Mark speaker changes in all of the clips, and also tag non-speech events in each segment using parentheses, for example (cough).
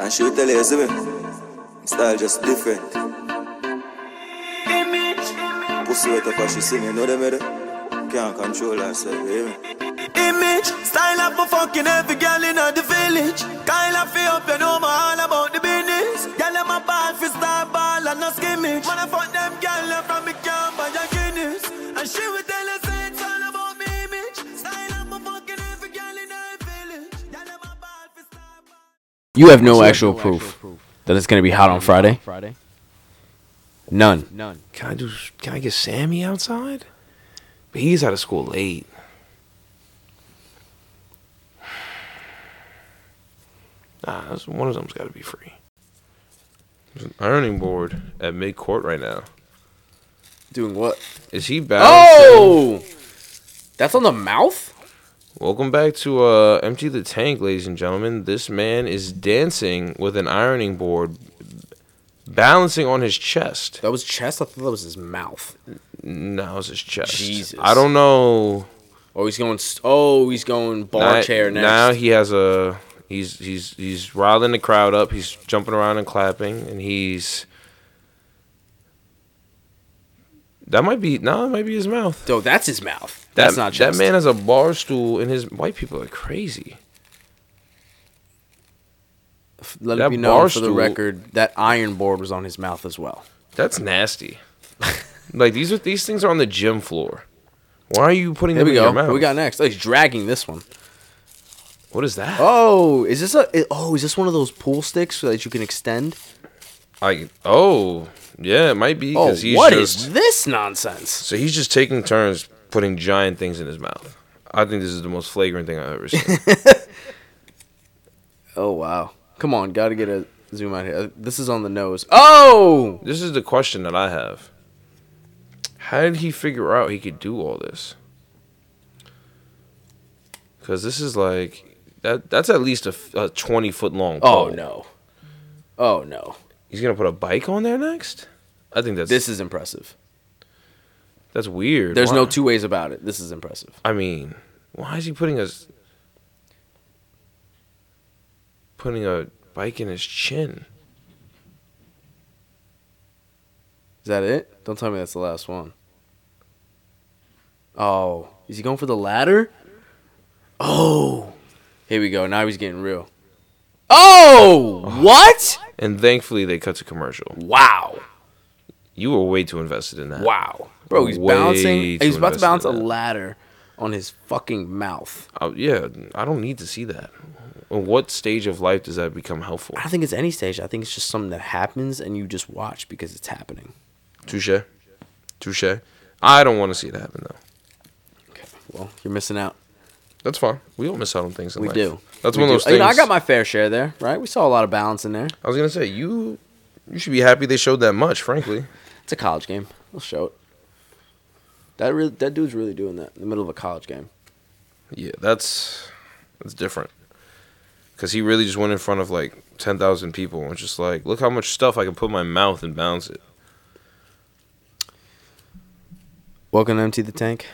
Speaker 1: And she will tell you, you see me? Style just different.
Speaker 2: Image,
Speaker 1: Pussy wet up and she see me, know them either. Can't control herself, hear me?
Speaker 2: image, style up for fucking every girl in the village. Kyle feel up, you know my all about the business. Girl, I'm a ball for star ball and no skimmage. Wanna fuck them girl up from me camp by your Guinness. And she would tell us it's all about me image. Style up for fucking every girl in the village. Girl, I'm a ball for star ball.
Speaker 3: You have no actual proof that it's gonna be hot on Friday.
Speaker 4: Friday.
Speaker 3: None.
Speaker 4: None.
Speaker 5: Can I do? Can I get Sammy outside? But he's out of school late. (sighs) Nah, this- one of them's got to be free. There's an ironing board at mid court right now.
Speaker 3: Doing what?
Speaker 5: Is he back?
Speaker 3: Oh, that's on the mouth.
Speaker 5: Welcome back to uh, Empty the Tank, ladies and gentlemen. This man is dancing with an ironing board balancing on his chest.
Speaker 3: That was chest. I thought that was his mouth.
Speaker 5: No, it's his chest.
Speaker 3: Jesus.
Speaker 5: I don't know.
Speaker 3: Oh, he's going. s- Oh, he's going bar
Speaker 5: Now-
Speaker 3: chair next.
Speaker 5: Now he has a he's he's he's riling the crowd up. He's jumping around and clapping, and he's that might be no, it might be his mouth.
Speaker 3: Though that's his mouth. That's
Speaker 5: that,
Speaker 3: not chest.
Speaker 5: That man has a bar stool, and his white people are crazy.
Speaker 3: Let
Speaker 5: that
Speaker 3: it be known
Speaker 5: bar
Speaker 3: for the
Speaker 5: stool-
Speaker 3: record that iron board was on his mouth as well. (laughs)
Speaker 5: That's nasty. like these are these things are on the gym floor. Why are you putting
Speaker 3: There
Speaker 5: them
Speaker 3: we
Speaker 5: in
Speaker 3: go.
Speaker 5: your
Speaker 3: What
Speaker 5: mouth?
Speaker 3: we got next? Oh, he's dragging this one.
Speaker 5: what is that?
Speaker 3: Oh, is this a? i- Oh, is this one of those pool sticks that you can extend?
Speaker 5: I oh yeah, it might be
Speaker 3: Oh,
Speaker 5: because he's
Speaker 3: what is
Speaker 5: just
Speaker 3: this nonsense?
Speaker 5: So he's just taking turns putting giant things in his mouth. I think this is the most flagrant thing I've
Speaker 3: (laughs)
Speaker 5: ever seen.
Speaker 3: Oh wow! Come on, gotta get a zoom out here. This is on the nose. Oh,
Speaker 5: this is the question that I have. How did he figure out he could do all this? Because this is like that. That's at least a, f- a twenty foot long.
Speaker 3: oh
Speaker 5: pole.
Speaker 3: no, oh no!
Speaker 5: He's gonna put a bike on there next. I think that's
Speaker 3: This is impressive.
Speaker 5: that's weird.
Speaker 3: There's
Speaker 5: Why-
Speaker 3: no two ways about it. This is impressive.
Speaker 5: I mean, why is he putting a s- putting a bike in his chin?
Speaker 3: Is that it? Don't tell me that's the last one. Oh, is he going for the ladder? Oh, here we go. Now he's getting real. Oh, what?
Speaker 5: And thankfully, they cut to commercial.
Speaker 3: Wow.
Speaker 5: You were way too invested in that.
Speaker 3: Wow. Bro, he's
Speaker 5: Way
Speaker 3: bouncing.
Speaker 5: too
Speaker 3: He's about to
Speaker 5: invested
Speaker 3: bounce a
Speaker 5: in that.
Speaker 3: ladder on his fucking mouth.
Speaker 5: Oh, yeah, I don't need to see that. At what stage of life does that become helpful?
Speaker 3: I don't think it's any stage. I think it's just something that happens and you just watch because it's happening.
Speaker 5: Touche. Touche. I don't want to see it happen, though.
Speaker 3: Okay. Well, you're missing out.
Speaker 5: That's fine. We don't miss out on things in
Speaker 3: We
Speaker 5: life.
Speaker 3: do.
Speaker 5: That's
Speaker 3: We
Speaker 5: one
Speaker 3: do.
Speaker 5: of those things.
Speaker 3: You know, I got my fair share there, right? We saw a lot of balance in there.
Speaker 5: I was going to say, you you should be happy they showed that much, frankly.
Speaker 3: It's a college game. I'll show it. That really, that dude's really doing that in the middle of a college game.
Speaker 5: Yeah, that's that's different. Because he really just went in front of like 10,000 people and was just like, look how much stuff I can put in my mouth and bounce it. (laughs)
Speaker 3: Welcome to Empty the Tank.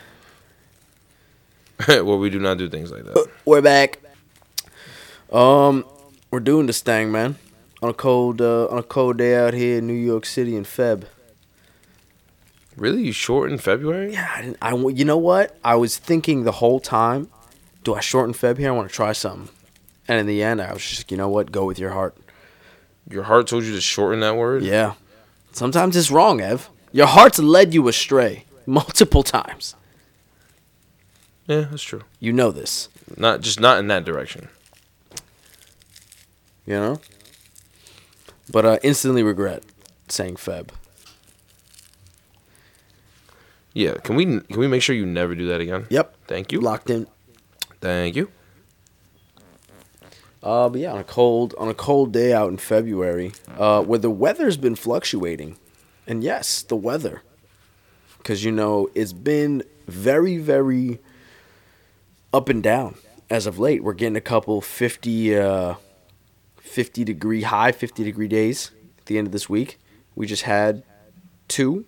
Speaker 5: well, we do not do things like that.
Speaker 3: Uh, We're back. Um, we're doing this thing, man. On a cold, uh, on a cold day out here in New York City in Feb.
Speaker 5: Really? You shortened February?
Speaker 3: Yeah, I, didn't, I wa- you know what? I was thinking the whole time, do I shorten Feb here? I want to try something. And in the end, I was just, you know what? Go with your heart.
Speaker 5: Your heart told you to shorten that word?
Speaker 3: Yeah. Sometimes it's wrong, Ev. Your heart's led you astray multiple (laughs) times.
Speaker 5: Yeah, that's true.
Speaker 3: You know this.
Speaker 5: Not just not in that direction.
Speaker 3: you know. But uh, instantly regret saying Feb.
Speaker 5: Yeah, can we can we make sure you never do that again?
Speaker 3: Yep.
Speaker 5: Thank you.
Speaker 3: Locked in.
Speaker 5: Thank you.
Speaker 3: Uh, but yeah, on a cold on a cold day out in February, uh, where the weather's been fluctuating, and yes, the weather, because you know it's been very very up and down as of late. We're getting a couple 50, uh, 50 degree high, fifty degree days at the end of this week. We just had two,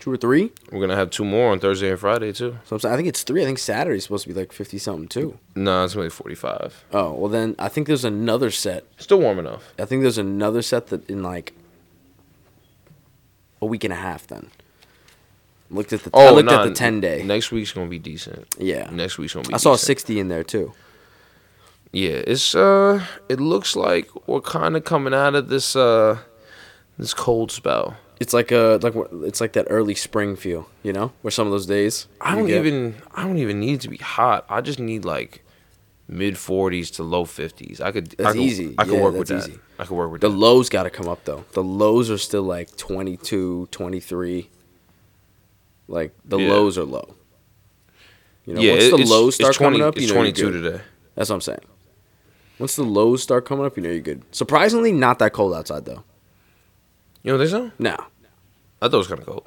Speaker 3: Two or three?
Speaker 5: We're gonna have two more on Thursday and Friday too.
Speaker 3: So I'm saying, I think it's three. I think Saturday's supposed to be like 50 something too.
Speaker 5: No, it's gonna be forty-five.
Speaker 3: Oh, well then I think there's another set.
Speaker 5: Still warm enough.
Speaker 3: I think there's another set that in like a week and a half then. Looked at the I looked
Speaker 5: Oh, nah,
Speaker 3: at the 10 day.
Speaker 5: Next week's gonna be decent.
Speaker 3: yeah.
Speaker 5: Next week's gonna be.
Speaker 3: I saw a
Speaker 5: decent.
Speaker 3: 60 in there too.
Speaker 5: Yeah, it's uh, it looks like we're kind of coming out of this uh, this cold spell.
Speaker 3: It's like a like wh- it's like that early spring feel, you know, where some of those days.
Speaker 5: I
Speaker 3: you
Speaker 5: don't
Speaker 3: get-
Speaker 5: even I don't even need to be hot. I just need like mid forties to low fifties. I could
Speaker 3: That's
Speaker 5: I could,
Speaker 3: easy.
Speaker 5: I could
Speaker 3: Yeah,
Speaker 5: work with
Speaker 3: that's
Speaker 5: that.
Speaker 3: easy.
Speaker 5: I could work with
Speaker 3: The
Speaker 5: that.
Speaker 3: lows got to come up though. The lows are still like 22, 23. Like the
Speaker 5: Yeah.
Speaker 3: lows are low. You know,
Speaker 5: yeah,
Speaker 3: once
Speaker 5: it-
Speaker 3: the
Speaker 5: it's,
Speaker 3: lows
Speaker 5: it's
Speaker 3: start
Speaker 5: 20,
Speaker 3: coming up, you
Speaker 5: it's
Speaker 3: know
Speaker 5: twenty two
Speaker 3: you're good.
Speaker 5: today.
Speaker 3: That's what I'm saying. Once the lows start coming up, you know you're good. Surprisingly, not that cold outside though.
Speaker 5: You know what I'm
Speaker 3: No,
Speaker 5: I thought it was kind of cold.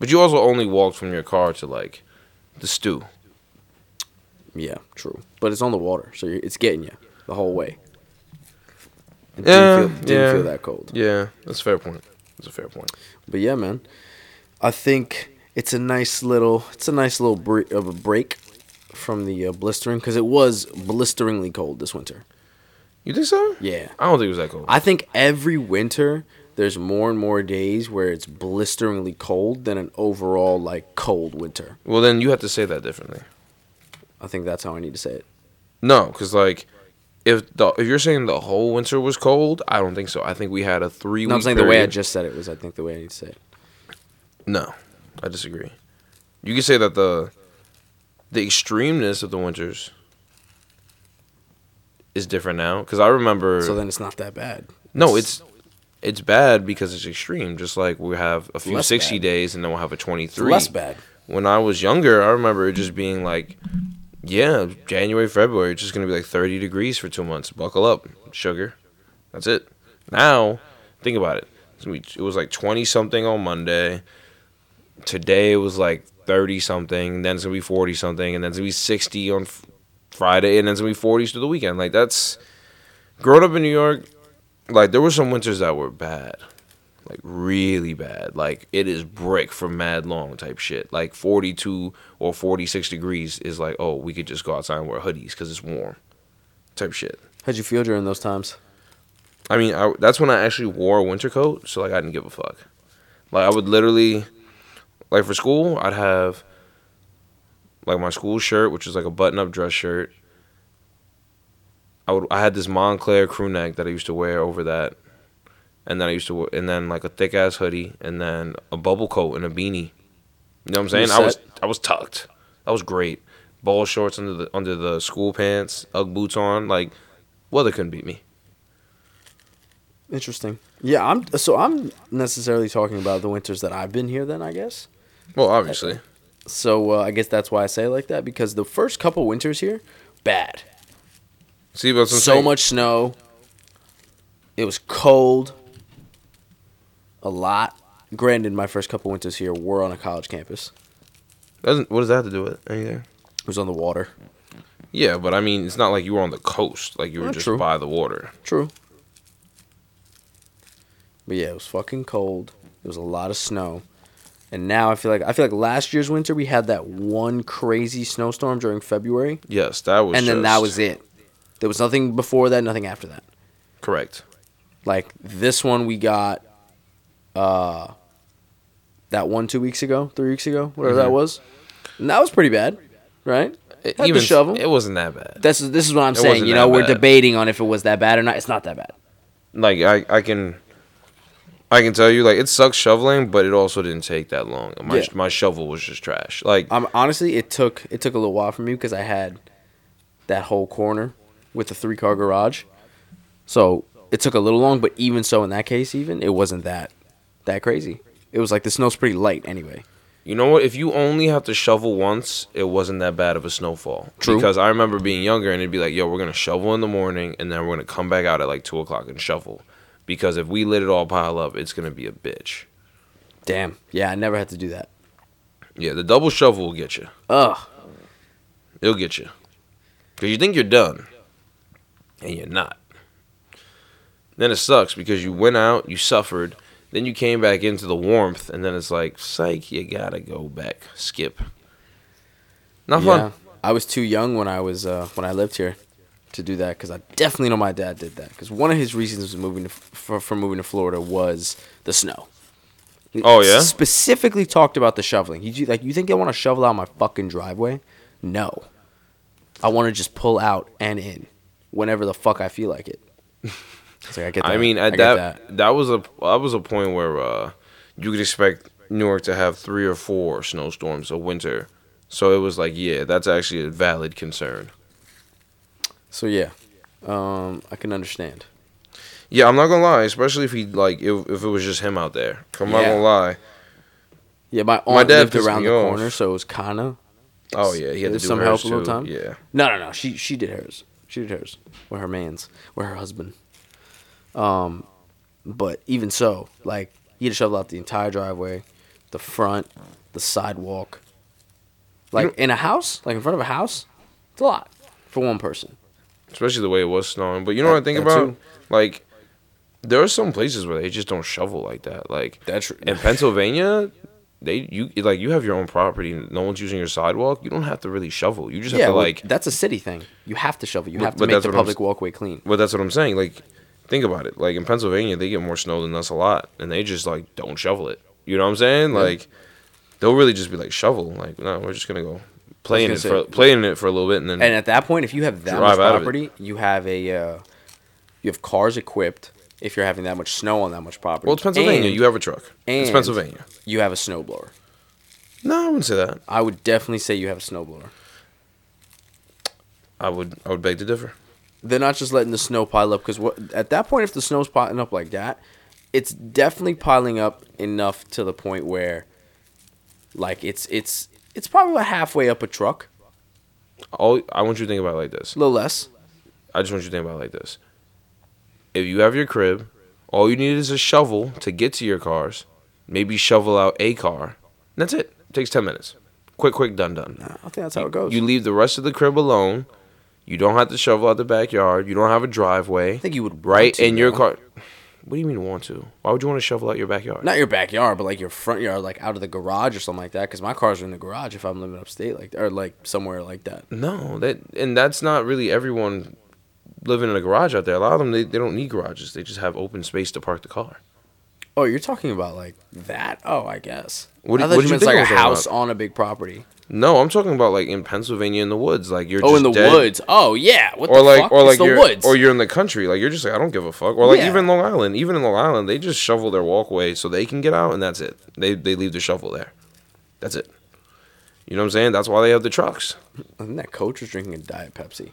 Speaker 5: But you also only walked from your car to like the stew.
Speaker 3: yeah, true. But it's on the water, so you it's getting you the whole way. It
Speaker 5: Yeah,
Speaker 3: didn't, feel, didn't
Speaker 5: yeah.
Speaker 3: feel that cold.
Speaker 5: Yeah, that's a fair point. That's a fair point.
Speaker 3: But yeah, man, I think it's a nice little it's a nice little break of a break from the uh, blistering because it was blisteringly cold this winter.
Speaker 5: You think so?
Speaker 3: Yeah,
Speaker 5: I don't think it was that cold.
Speaker 3: I think every winter there's more and more days where it's blisteringly cold than an overall like cold winter.
Speaker 5: well, then you have to say that differently.
Speaker 3: I think that's how I need to say it.
Speaker 5: No, because like if the if you're saying the whole winter was cold, I don't think so. I think we had a three.
Speaker 3: No, I'm saying the way I just said it was I think the way I need to say it.
Speaker 5: No, I disagree. You could say that the the extremeness of the winters is different now because I remember.
Speaker 3: So then it's not that bad.
Speaker 5: no, it's it's bad because it's extreme. Just like we have a few
Speaker 3: Less
Speaker 5: sixty
Speaker 3: bad.
Speaker 5: days, and then we'll have a twenty
Speaker 3: it's
Speaker 5: three.
Speaker 3: less bad.
Speaker 5: When I was younger, I remember it just being like, yeah, January, February, it's just gonna be like thirty degrees for two months. Buckle up, sugar. That's it. Now, think about it. It's gonna be- It was like twenty something on Monday. Today it was like thirty something. Then it's gonna be forty something, and then it's gonna be sixty on f- Friday, and then it's gonna be forties through the weekend. Like that's growing up in New York. Like there were some winters that were bad, like really bad. Like it is brick for mad long type shit. Like forty two or forty six degrees is like oh we could just go outside and wear hoodies because it's warm, type shit.
Speaker 3: How'd you feel during those times?
Speaker 5: I mean, I, that's when I actually wore a winter coat, so like I didn't give a fuck. Like I would literally, like for school, I'd have like my school shirt, which is like a button-up dress shirt. I would I had this Montclair crew neck that I used to wear over that, and then I used to wear- and then like a thick ass hoodie, and then a bubble coat and a beanie. You know what I'm saying? I was I was tucked. That was great. Ball shorts under the under the school pants, UGG boots on. Like weather couldn't beat me.
Speaker 3: Interesting. Yeah, I'm so I'm necessarily talking about the winters that I've been here then, I guess.
Speaker 5: Well, obviously.
Speaker 3: So uh, I guess that's why I say it like that because the first couple winters here, bad.
Speaker 5: See, but
Speaker 3: So much snow. It was cold. A lot. Granted, my first couple winters here were on a college campus.
Speaker 5: Doesn't what does that have to do with anything?
Speaker 3: It was on the water.
Speaker 5: Yeah, but I mean, it's not like you were on the coast. Like you were
Speaker 3: Oh,
Speaker 5: just
Speaker 3: true.
Speaker 5: by the water.
Speaker 3: True. But yeah, it was fucking cold. There was a lot of snow. And now I feel like I feel like last year's winter we had that one crazy snowstorm during February
Speaker 5: Yes, that was.
Speaker 3: and then that
Speaker 5: just-
Speaker 3: was it. There was nothing before that, nothing after that.
Speaker 5: Correct.
Speaker 3: Like this one we got uh that one 2 weeks ago, 3 weeks ago, whatever
Speaker 5: Mm-hmm.
Speaker 3: that was. And that was pretty bad, right? Had to
Speaker 5: Even
Speaker 3: shovel.
Speaker 5: it wasn't that bad.
Speaker 3: That's this is what I'm
Speaker 5: It
Speaker 3: saying.
Speaker 5: wasn't
Speaker 3: You
Speaker 5: that
Speaker 3: know, we're
Speaker 5: bad.
Speaker 3: debating on if it was that bad or not. It's not that bad.
Speaker 5: Like I, I can, I can tell you, like it sucks shoveling, but it also didn't take that long. My
Speaker 3: Yeah.
Speaker 5: my shovel was just trash. Like
Speaker 3: Um, honestly, it took it took a little while for me because I had that whole corner with the three car garage, so it took a little long. But even so, in that case, even it wasn't that that crazy. It was like the snow's pretty light anyway.
Speaker 5: You know what? If you only have to shovel once, it wasn't that bad of a snowfall.
Speaker 3: True.
Speaker 5: Because I remember being younger and it'd be like, yo, we're going to shovel in the morning and then we're going to come back out at like 2 o'clock and shovel. Because if we let it all pile up, it's going to be a bitch.
Speaker 3: Damn. Yeah, I never had to do that.
Speaker 5: Yeah, the double shovel will get you.
Speaker 3: Ugh.
Speaker 5: It'll get you. Because you think you're done and you're not. Then it sucks because you went out, you suffered, Then you came back into the warmth, and then it's like, psych, you gotta go back. Skip. Not
Speaker 3: yeah.
Speaker 5: fun.
Speaker 3: I was too young when I was uh, when I lived here to do that because I definitely know my dad did that because one of his reasons for moving to, for, for moving to Florida was the snow. He
Speaker 5: Oh, yeah?
Speaker 3: Specifically talked about the shoveling. You do- like you think I want to shovel out my fucking driveway? No, I want to just pull out and in whenever the fuck I feel like
Speaker 5: (laughs)
Speaker 3: it. It's like I get. That.
Speaker 5: I mean, at
Speaker 3: get
Speaker 5: that, that was a that was a point where uh, you could expect Newark to have three or four snowstorms a winter. So it was like, yeah, that's actually a valid concern.
Speaker 3: So yeah, um, I can understand.
Speaker 5: Yeah, I'm not gonna lie, especially if he like if, if it was just him out there. I'm not
Speaker 3: Yeah.
Speaker 5: gonna lie.
Speaker 3: Yeah, my aunt
Speaker 5: dad
Speaker 3: lived
Speaker 5: pissed
Speaker 3: around
Speaker 5: me
Speaker 3: the
Speaker 5: off.
Speaker 3: corner, so it was kinda
Speaker 5: Oh yeah, he had to do
Speaker 3: some
Speaker 5: hers
Speaker 3: help a
Speaker 5: too.
Speaker 3: little time.
Speaker 5: Yeah.
Speaker 3: No, no, no. She she did hers. She did hers with her man's with her husband. Um, but even so, like he had to shovel out the entire driveway, the front, the sidewalk. Like in a house, like in front of a house, it's a lot for one person.
Speaker 5: especially the way it was snowing. But you know what I think
Speaker 3: That
Speaker 5: about?
Speaker 3: too.
Speaker 5: Like, there are some places where they just don't shovel like that. Like
Speaker 3: That's true.
Speaker 5: in Pennsylvania, they you like you have your own property, and no one's using your sidewalk. You don't have to really shovel. You just
Speaker 3: yeah,
Speaker 5: have to
Speaker 3: well,
Speaker 5: like.
Speaker 3: that's a city thing. You have to shovel. You
Speaker 5: But-
Speaker 3: have to
Speaker 5: but
Speaker 3: make
Speaker 5: that's
Speaker 3: the
Speaker 5: what I'm
Speaker 3: public
Speaker 5: s-
Speaker 3: walkway clean.
Speaker 5: But that's what I'm saying. Like, think about it. Like in Pennsylvania, they get more snow than us a lot, and they just like don't shovel it. You know what I'm saying? Like, they'll really just be like shovel. Like, no, we're just gonna go play in
Speaker 3: gonna
Speaker 5: it
Speaker 3: say-
Speaker 5: for play in it for a little bit, and then
Speaker 3: And at that point, if you have that much
Speaker 5: Mm. Drive out of it.
Speaker 3: property, you have a uh, you have cars equipped. If you're having that much snow on that much property,
Speaker 5: well, it's Pennsylvania.
Speaker 3: And
Speaker 5: you have a truck. it's
Speaker 3: and-
Speaker 5: Pennsylvania.
Speaker 3: you have a snowblower.
Speaker 5: No, I wouldn't say that.
Speaker 3: I would definitely say you have a snowblower.
Speaker 5: I would I would beg to differ.
Speaker 3: They're not just letting the snow pile up because at that point, if the snow's piling up like that, it's definitely piling up enough to the point where, like, it's it's it's probably about halfway up a truck,
Speaker 5: all I want you to think about it like this.
Speaker 3: a little less.
Speaker 5: I just want you to think about it like this. If you have your crib, all you need is a shovel to get to your cars. Maybe shovel out a car. And that's it. takes ten minutes. Quick, quick, done, done.
Speaker 3: I think that's how it goes.
Speaker 5: You leave the rest of the crib alone. You don't have to shovel out the backyard. You don't have a driveway.
Speaker 3: I think you would want
Speaker 5: right
Speaker 3: to,
Speaker 5: in your
Speaker 3: though.
Speaker 5: car. What do you mean want to? Why would you want to shovel out your backyard?
Speaker 3: Not your backyard, but like your front yard, like out of the garage or something like that. Because my cars are in the garage if I'm living upstate, like or like somewhere like that.
Speaker 5: No, that and that's not really everyone living in a garage out there. A lot of them they, they don't need garages. They just have open space to park the car.
Speaker 3: Oh, you're talking about like that? Oh, I guess.
Speaker 5: What do-
Speaker 3: I thought
Speaker 5: what
Speaker 3: you
Speaker 5: did you
Speaker 3: meant
Speaker 5: think I
Speaker 3: like a
Speaker 5: was talking
Speaker 3: house
Speaker 5: about?
Speaker 3: on a big property.
Speaker 5: No, I'm talking about like in Pennsylvania in the woods. Like you're
Speaker 3: Oh,
Speaker 5: just
Speaker 3: in the
Speaker 5: dead.
Speaker 3: woods. Oh, yeah. What
Speaker 5: Or
Speaker 3: the
Speaker 5: like
Speaker 3: fuck?
Speaker 5: or
Speaker 3: It's
Speaker 5: like
Speaker 3: the
Speaker 5: you're
Speaker 3: woods.
Speaker 5: or you're in the country. Like you're just like I don't give a fuck. Or like
Speaker 3: Yeah.
Speaker 5: even Long Island. Even in Long Island, they just shovel their walkway so they can get out and that's it. They they leave the shovel there. That's it. You know what I'm saying? That's why they have the trucks.
Speaker 3: I think that coach was drinking a diet Pepsi.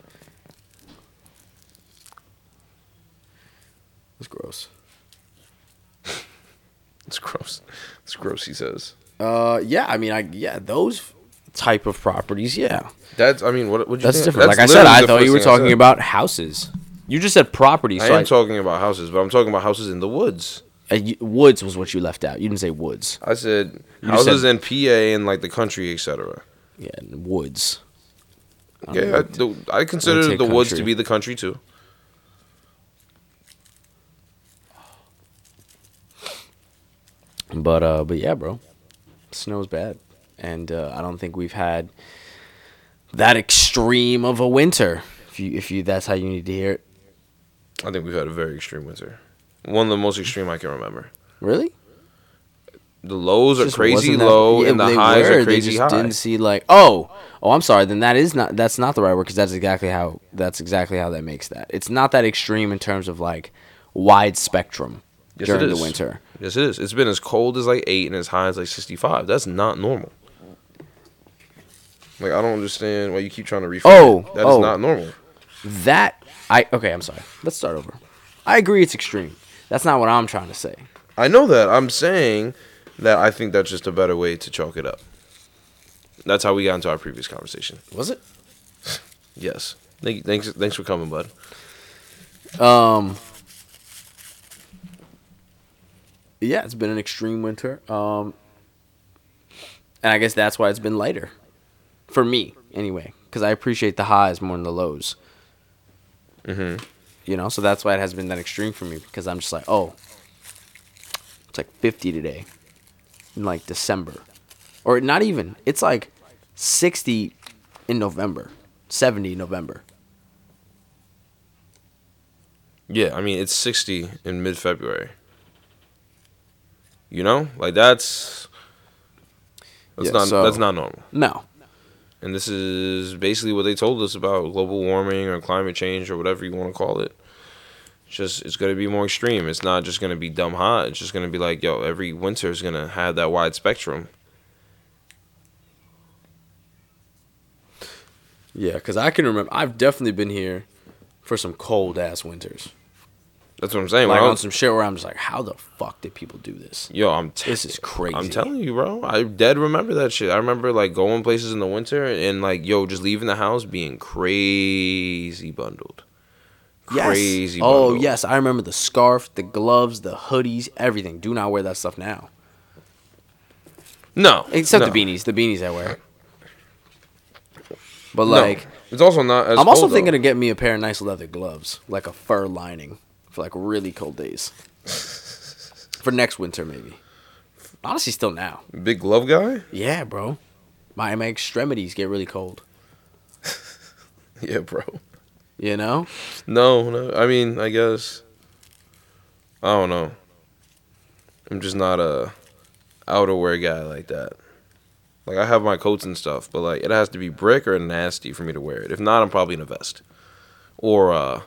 Speaker 3: That's gross.
Speaker 5: It's gross. It's gross, he says.
Speaker 3: Uh, yeah. I mean, I yeah, those type of properties. Yeah,
Speaker 5: That's I mean what would you
Speaker 3: that's
Speaker 5: think?
Speaker 3: different. like I said,
Speaker 5: literally
Speaker 3: I
Speaker 5: the
Speaker 3: thought
Speaker 5: first
Speaker 3: you were
Speaker 5: thing I
Speaker 3: talking
Speaker 5: said.
Speaker 3: about houses. You just said property.
Speaker 5: I
Speaker 3: So
Speaker 5: am talking about houses, but I'm talking about houses in the woods.
Speaker 3: uh, you- woods was what you left out. You didn't say woods.
Speaker 5: I said
Speaker 3: You
Speaker 5: houses
Speaker 3: said-
Speaker 5: in PA and like the country, etc.
Speaker 3: Yeah, woods. I don't
Speaker 5: Yeah,
Speaker 3: know.
Speaker 5: I, the, I consider the
Speaker 3: take
Speaker 5: woods to
Speaker 3: country.
Speaker 5: be the country too.
Speaker 3: But uh, but yeah, bro, snow's bad, and uh, I don't think we've had that extreme of a winter. If you if you that's how you need to hear it,
Speaker 5: I think we've had a very extreme winter. One of the most extreme I can remember.
Speaker 3: really.
Speaker 5: The lows are
Speaker 3: Just
Speaker 5: crazy
Speaker 3: wasn't that-
Speaker 5: low,
Speaker 3: yeah,
Speaker 5: and the
Speaker 3: they
Speaker 5: highs
Speaker 3: were,
Speaker 5: are crazy
Speaker 3: They
Speaker 5: high.
Speaker 3: just didn't see like oh oh I'm sorry. Then that is not that's not the right word because that's exactly how that's exactly how that makes that. It's not that extreme in terms of like wide spectrum
Speaker 5: Yes, it
Speaker 3: during the
Speaker 5: is.
Speaker 3: winter.
Speaker 5: Yes, it is. It's been as cold as like eight and as high as like sixty-five. That's not normal. Like I don't understand why you keep trying to reframe.
Speaker 3: Oh,
Speaker 5: it. that is
Speaker 3: oh.
Speaker 5: not normal.
Speaker 3: That I okay. I'm sorry. Let's start over. I agree. It's extreme. That's not what I'm trying to say.
Speaker 5: I know that. I'm saying that I think that's just a better way to chalk it up. That's how we got into our previous conversation.
Speaker 3: Was it?
Speaker 5: Yes. Thank, thanks. Thanks for coming, bud.
Speaker 3: Um. Yeah, it's been an extreme winter. Um. And I guess that's why it's been lighter, for me anyway, because I appreciate the highs more than the lows. Mm-hmm. You know, so that's why it has been that extreme for me because I'm just like, oh, It's like 50 today in like December. Or not even. It's like 60 in November, 70 in November.
Speaker 5: Yeah, I mean it's 60 in mid-February. You know, like that's that's
Speaker 3: Yeah,
Speaker 5: not
Speaker 3: so-
Speaker 5: that's not normal.
Speaker 3: No.
Speaker 5: And this is basically what they told us about global warming or climate change or whatever you want to call it. It's just it's going to be more extreme. It's not just going to be dumb hot. It's just going to be like, yo, every winter is going to have that wide spectrum.
Speaker 3: Yeah, because I can remember. I've definitely been here for some cold ass winters.
Speaker 5: That's what I'm saying.
Speaker 3: Like
Speaker 5: bro.
Speaker 3: on some shit where I'm just like, how the fuck did people do this?
Speaker 5: Yo, I'm t-
Speaker 3: This is crazy.
Speaker 5: I'm telling you, bro. I dead remember that shit. I remember like going places in the winter and like yo, just leaving the house being crazy bundled.
Speaker 3: Yes.
Speaker 5: Crazy.
Speaker 3: Oh
Speaker 5: bundled.
Speaker 3: yes, I remember the scarf, the gloves, the hoodies, everything. Do not wear that stuff now,
Speaker 5: No.
Speaker 3: except
Speaker 5: no,
Speaker 3: the beanies. The beanies I wear. But
Speaker 5: no.
Speaker 3: like,
Speaker 5: it's also not. As
Speaker 3: I'm also
Speaker 5: cold, though.
Speaker 3: thinking of getting me a pair of nice leather gloves, like a fur lining, for like really cold days. for next winter, maybe. Honestly, still now.
Speaker 5: big glove guy. (laughs)
Speaker 3: Yeah, bro. My my extremities get really cold.
Speaker 5: Yeah, bro.
Speaker 3: You know?
Speaker 5: No, no. I mean, I guess. I don't know. I'm just not a outerwear guy like that. Like I have my coats and stuff, but like it has to be brick or nasty for me to wear it. If not, I'm probably in a vest. Or uh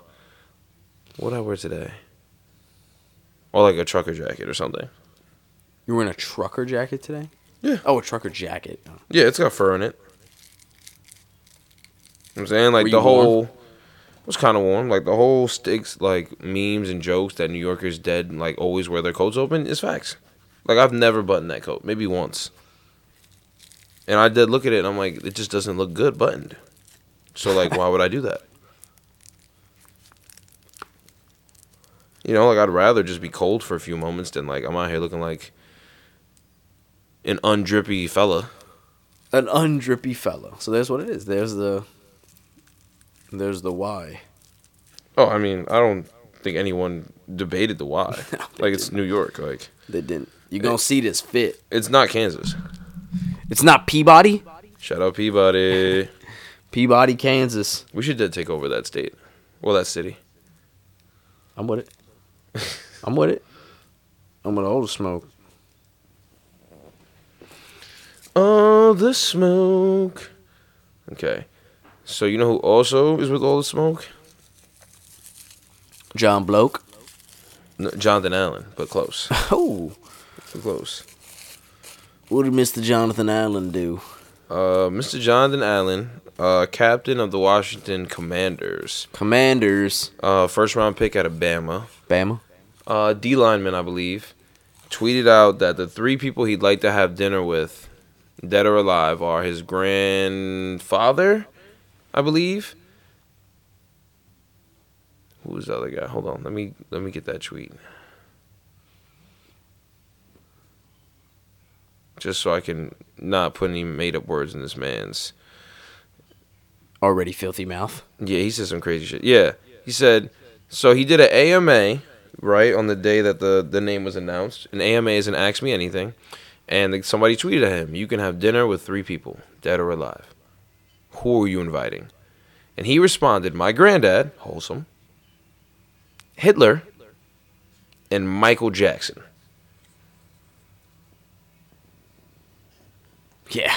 Speaker 5: what I wear today? Or like a trucker jacket or something.
Speaker 3: You were in a trucker jacket today?
Speaker 5: Yeah.
Speaker 3: Oh, a trucker jacket. Oh.
Speaker 5: Yeah, it's got fur in it. You know what I'm saying like
Speaker 3: Were
Speaker 5: the
Speaker 3: you warm?
Speaker 5: whole it was kind of warm. Like the whole sticks, like memes and jokes that New Yorkers dead and, like always wear their coats open is facts. Like I've never buttoned that coat, maybe once. And I did look at it, and I'm like, it just doesn't look good buttoned. So like, why would I do that? You know, like I'd rather just be cold for a few moments than like I'm out here looking like an undrippy fella.
Speaker 3: An undrippy fellow. So there's what it is. There's the there's the why.
Speaker 5: Oh, I mean, I don't think anyone debated the why.
Speaker 3: No, they
Speaker 5: like it's New York. Like
Speaker 3: They didn't. You're going to see this fit.
Speaker 5: it's not Kansas.
Speaker 3: It's not Peabody.
Speaker 5: Shout out Peabody.
Speaker 3: Peabody, Kansas.
Speaker 5: we should did take over that state. Well, that city.
Speaker 3: I'm with it.
Speaker 5: (laughs)
Speaker 3: I'm with it. I'm with all the smoke.
Speaker 5: All the smoke. Okay. So you know who also is with all the smoke?
Speaker 3: John Bloke. (laughs)
Speaker 5: No, Jonathan Allen, but close.
Speaker 3: Oh,
Speaker 5: But close.
Speaker 3: what did Mr. Jonathan Allen do?
Speaker 5: Uh, Mr. Jonathan Allen, uh, captain of the Washington Commanders,
Speaker 3: Commanders,
Speaker 5: uh, first round pick out of Bama.
Speaker 3: Bama.
Speaker 5: uh, D lineman, I believe, tweeted out that the three people he'd like to have dinner with, dead or alive, are his grandfather, I believe. Who was the other guy? Hold on, let me let me get that tweet. Just so I can not put any made up words in this man's.
Speaker 3: Already filthy mouth.
Speaker 5: Yeah, he said some crazy shit. Yeah, he said. So he did an AMA, right, on the day that the the name was announced. An AMA is an Ask Me Anything, and like, somebody tweeted at him, "You can have dinner with three people, dead or alive. Who are you inviting?" And he responded, "My granddad, wholesome, Hitler, and Michael Jackson."
Speaker 3: Yeah.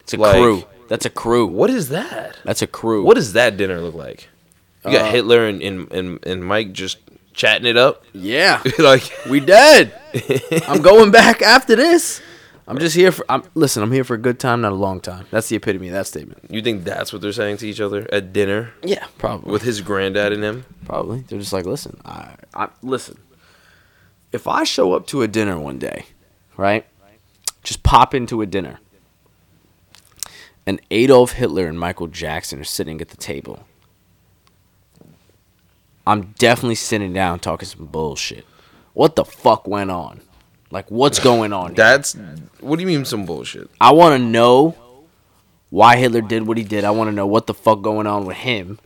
Speaker 3: It's a
Speaker 5: Like-
Speaker 3: crew. That's a crew.
Speaker 5: What is that?
Speaker 3: That's a crew.
Speaker 5: What does that dinner look like? You got
Speaker 3: Uh,
Speaker 5: Hitler and, and and and Mike just chatting it up, (laughs)
Speaker 3: Yeah.
Speaker 5: like.
Speaker 3: We
Speaker 5: (laughs)
Speaker 3: dead. I'm going back after this. I'm just here for. I'm, listen, I'm here for a good time, not a long time. That's the epitome of that statement.
Speaker 5: You think that's what they're saying to each other at dinner
Speaker 3: Yeah, probably.
Speaker 5: with his granddad and him?
Speaker 3: probably, they're just like, listen, I, I listen. If I show up to a dinner one day, right? Just pop into a dinner, and Adolf Hitler and Michael Jackson are sitting at the table. I'm definitely sitting down talking some bullshit. What the fuck went on? Like, what's going on? here?
Speaker 5: That's what do you mean some bullshit?
Speaker 3: I want to know why Hitler did what he did. I want to know what the fuck going on with him.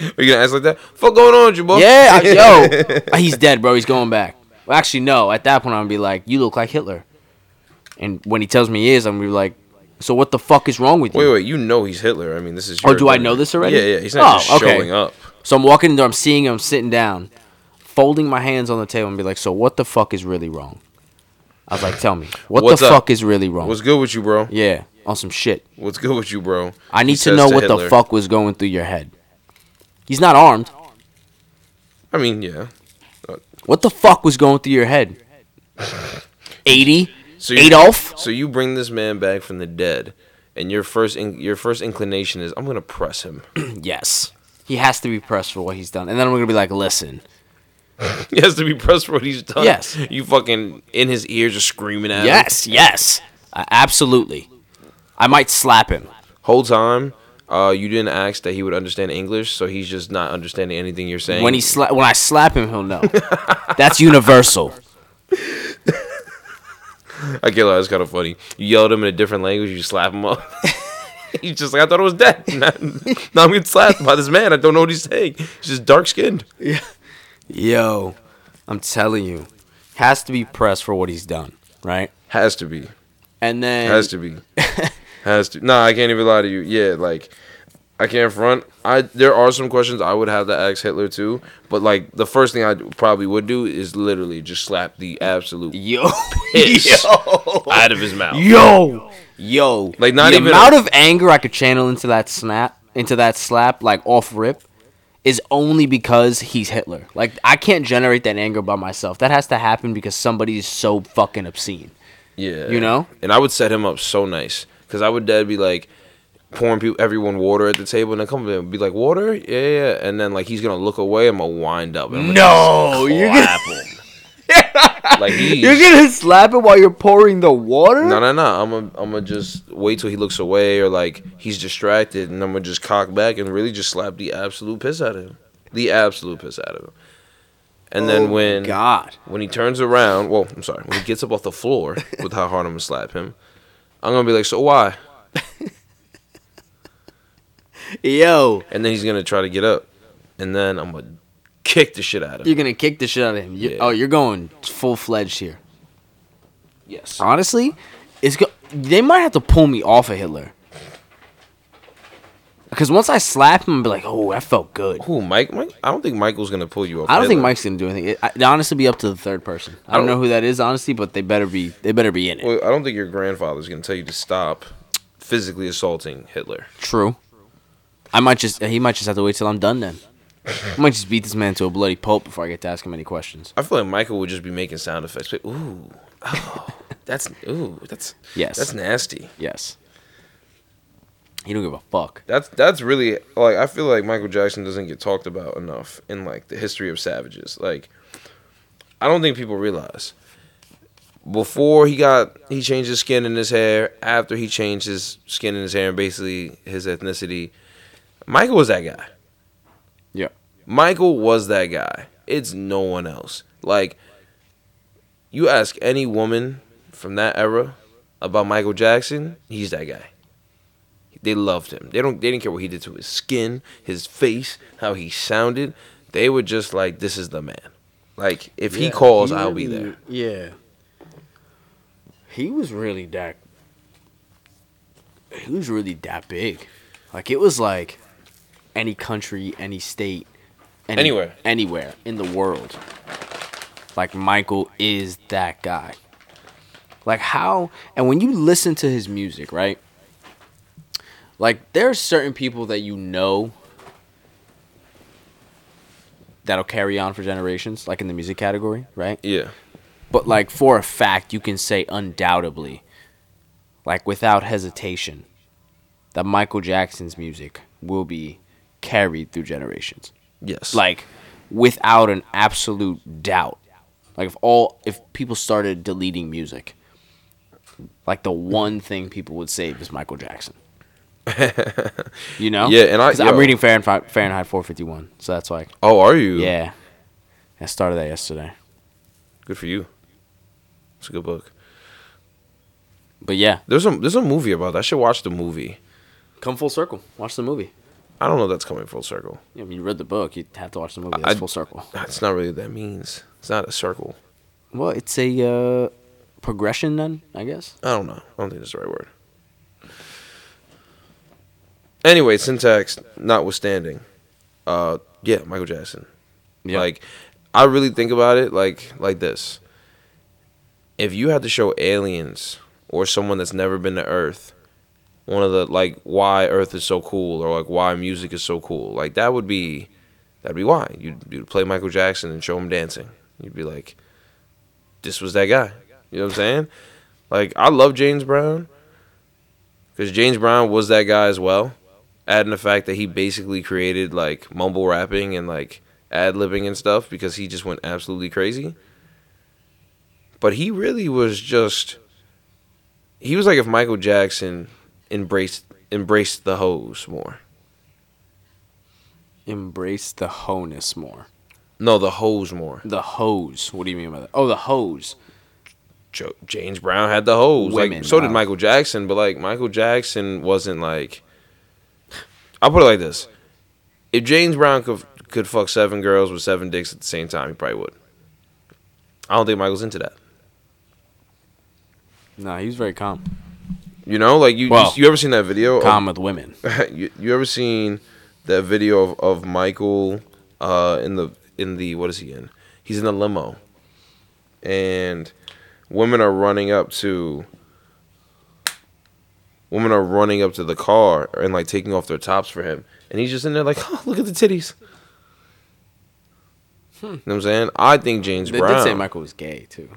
Speaker 5: Are you gonna ask like that? Fuck going on with you, boy? (laughs)
Speaker 3: Yeah, I- yo, he's dead, Ah, bro. He's going back. Well, actually, no. At that point, I'm gonna be like, "You look like Hitler," and when he tells me he is, I'm gonna be like, "So what the fuck is wrong with you?"
Speaker 5: Wait, wait, you know he's Hitler. I mean, this is.
Speaker 3: Oh,
Speaker 5: Your
Speaker 3: do I
Speaker 5: opinion.
Speaker 3: know this already?
Speaker 5: Yeah, yeah. He's not
Speaker 3: Oh,
Speaker 5: just
Speaker 3: okay.
Speaker 5: showing up.
Speaker 3: So I'm walking in the door, I'm seeing him sitting down, folding my hands on the table, and be like, "So what the fuck is really wrong?" I was like, "Tell me, what
Speaker 5: What's
Speaker 3: the
Speaker 5: up?
Speaker 3: fuck is really wrong?"
Speaker 5: What's good with you, bro?
Speaker 3: yeah, on some shit.
Speaker 5: What's good with you, bro?
Speaker 3: I
Speaker 5: He
Speaker 3: need to
Speaker 5: says
Speaker 3: know what
Speaker 5: Hitler.
Speaker 3: the fuck was going through your head. He's not armed.
Speaker 5: I mean, yeah.
Speaker 3: What the fuck was going through your head? Eighty.
Speaker 5: So
Speaker 3: Adolf?
Speaker 5: So you bring this man back from the dead, and your first in, your first inclination is, I'm gonna press him. (laughs)
Speaker 3: Yes. He has to be pressed for what he's done. And then I'm going to be like, listen.
Speaker 5: he has to be pressed for what he's done.
Speaker 3: Yes.
Speaker 5: You fucking in his ear, just screaming at him.
Speaker 3: Yes, yes. Uh, absolutely. I might slap him.
Speaker 5: Whole time, uh, you didn't ask that he would understand English, so he's just not understanding anything you're saying.
Speaker 3: When he sla- when I slap him, he'll know. That's universal.
Speaker 5: I get like, that's kind of funny. You yell at him in a different language, you slap him up. (laughs) he's just like, I thought I was dead. (laughs) Now, now I'm getting slapped by this man. I don't know what he's saying. He's just dark skinned.
Speaker 3: Yo, I'm telling you. Has to be pressed for what he's done, right?
Speaker 5: Has to be.
Speaker 3: And then
Speaker 5: Has to be. (laughs) Has to. Nah, I can't even lie to you. Yeah, like I can't front. I there are some questions I would have to ask Hitler too, but like the first thing I probably would do is literally just slap the
Speaker 3: (laughs) (laughs)
Speaker 5: absolute
Speaker 3: yo,
Speaker 5: piss out of his mouth.
Speaker 3: yo, yo.
Speaker 5: Like, not
Speaker 3: the
Speaker 5: even a-
Speaker 3: amount of anger I could channel into that snap, into that slap, like off rip, is only because he's Hitler. Like I can't generate that anger by myself. That has to happen because somebody is so fucking obscene.
Speaker 5: Yeah.
Speaker 3: You know?
Speaker 5: And I would set him up so nice. Cause I would dead be like pouring people everyone water at the table and then come up and be like, Water? Yeah, yeah. yeah." And then like he's gonna look away, I'm gonna wind up
Speaker 3: (laughs)
Speaker 5: and I'm gonna
Speaker 3: No,
Speaker 5: just
Speaker 3: you're
Speaker 5: clap him. like he's
Speaker 3: You're gonna slap it while you're pouring the water?
Speaker 5: no, no, no. I'm gonna, I'm gonna just wait till he looks away or like he's distracted, and I'm gonna just cock back and really just slap the absolute piss out of him, the absolute piss out of him. And then when
Speaker 3: Oh, God.
Speaker 5: when he turns around, well, I'm sorry, when he gets up off the floor with how hard I'm gonna slap him, I'm gonna be like, so why?
Speaker 3: Yo,
Speaker 5: And then he's gonna try to get up, and then I'm gonna kick the shit out of him.
Speaker 3: you're gonna kick the shit out of him. You-
Speaker 5: Yeah.
Speaker 3: Oh, you're going full fledged here.
Speaker 5: Yes.
Speaker 3: Honestly, it's go- they might have to pull me off of Hitler. Because once I slap him, I'll be like, oh, that felt good.
Speaker 5: Who, Mike? Mike? I don't think Michael's gonna pull you off.
Speaker 3: I don't think
Speaker 5: Hitler.
Speaker 3: Mike's gonna do anything. It, I, it'd honestly, be up to the third person. I don't
Speaker 5: don't-
Speaker 3: know who that is, honestly, but they better be. They better be in it.
Speaker 5: Well, I don't think your grandfather's gonna tell you to stop physically assaulting Hitler.
Speaker 3: True. I might just. He might just have to wait till I'm done then. I might just beat this man to a bloody pulp before I get to ask him any questions.
Speaker 5: I feel like Michael would just be making sound effects. Like, ooh, oh, (laughs) that's ooh, that's
Speaker 3: Yes.
Speaker 5: that's nasty.
Speaker 3: Yes. He don't give a fuck.
Speaker 5: That's that's really like I feel like Michael Jackson doesn't get talked about enough in like the history of savages. Like, I don't think people realize before he got he changed his skin and his hair. After he changed his skin and his hair and basically his ethnicity, Michael was that guy.
Speaker 3: Yeah.
Speaker 5: Michael was that guy. It's no one else. Like, you ask any woman from that era about Michael Jackson, he's that guy. They loved him. They don't. They didn't care what he did to his skin, his face, how he sounded. They were just like, "This is the man." Like, if he calls, I'll be there.
Speaker 3: Yeah. He was really that. He was really that big. Like it was like any country, any state, any,
Speaker 5: Anywhere.
Speaker 3: anywhere in the world. Like Michael is that guy. Like how and when you listen to his music, right? Like there are certain people that you know that'll carry on for generations, like in the music category, right?
Speaker 5: Yeah,
Speaker 3: but like for a fact you can say undoubtedly like without hesitation that michael jackson's music will be carried through generations
Speaker 5: yes.
Speaker 3: like without an absolute doubt like if all if people started deleting music like the one thing people would save is michael (laughs) jackson you know
Speaker 5: Yeah, and I-
Speaker 3: 'Cause i'm
Speaker 5: yo.
Speaker 3: reading fahrenheit, fahrenheit 451 so that's like
Speaker 5: oh, are you?
Speaker 3: yeah i started that yesterday
Speaker 5: Good for you. It's a good book.
Speaker 3: but yeah
Speaker 5: There's a there's a movie about that. I should watch the movie.
Speaker 3: come full circle watch the movie
Speaker 5: I don't know. if That's coming full circle. Ah,
Speaker 3: Yeah, I mean, you read the book, you would have to watch the movie. That's
Speaker 5: I-
Speaker 3: full circle.
Speaker 5: That's not really what that means. It's not a circle.
Speaker 3: well, it's a uh, progression then, I guess.
Speaker 5: I don't know. I don't think that's the right word. Anyway, syntax notwithstanding, uh, yeah, Michael Jackson.
Speaker 3: Yeah.
Speaker 5: Like, I really think about it like like this. If you had to show aliens or someone that's never been to Earth, one of the like why Earth is so cool or like why music is so cool, like that would be that'd be why you'd you'd play Michael Jackson and show him dancing. You'd be like, this was that guy. You know what I'm saying? Like I love James Brown because James Brown was that guy as well. Adding the fact that he basically created like mumble rapping and like ad libbing and stuff because he just went absolutely crazy. But he really was just he was like if Michael Jackson embraced embraced the hose more.
Speaker 3: Embrace the honus more.
Speaker 5: No, the hose more.
Speaker 3: The hose. What do you mean by that? Oh, the hose.
Speaker 5: Jo- James Brown had the hose.
Speaker 3: Women,
Speaker 5: like so did
Speaker 3: wow.
Speaker 5: Michael Jackson, but like Michael Jackson wasn't like. I'll put it like this: If James Brown could could fuck seven girls with seven dicks at the same time, he probably would. I don't think Michael's into that.
Speaker 3: Nah, he was very calm.
Speaker 5: You know, like you
Speaker 3: Well,
Speaker 5: you, ever seen that video?
Speaker 3: Calm with women.
Speaker 5: Of, (laughs) you, you ever seen that video of, of Michael uh, in the in the what is he in? He's in a limo, and women are running up to women are running up to the car and like taking off their tops for him and he's just in there like (laughs) oh look at the titties you know what i'm saying i think james
Speaker 3: Hmm. They
Speaker 5: brown
Speaker 3: did say Michael was gay too.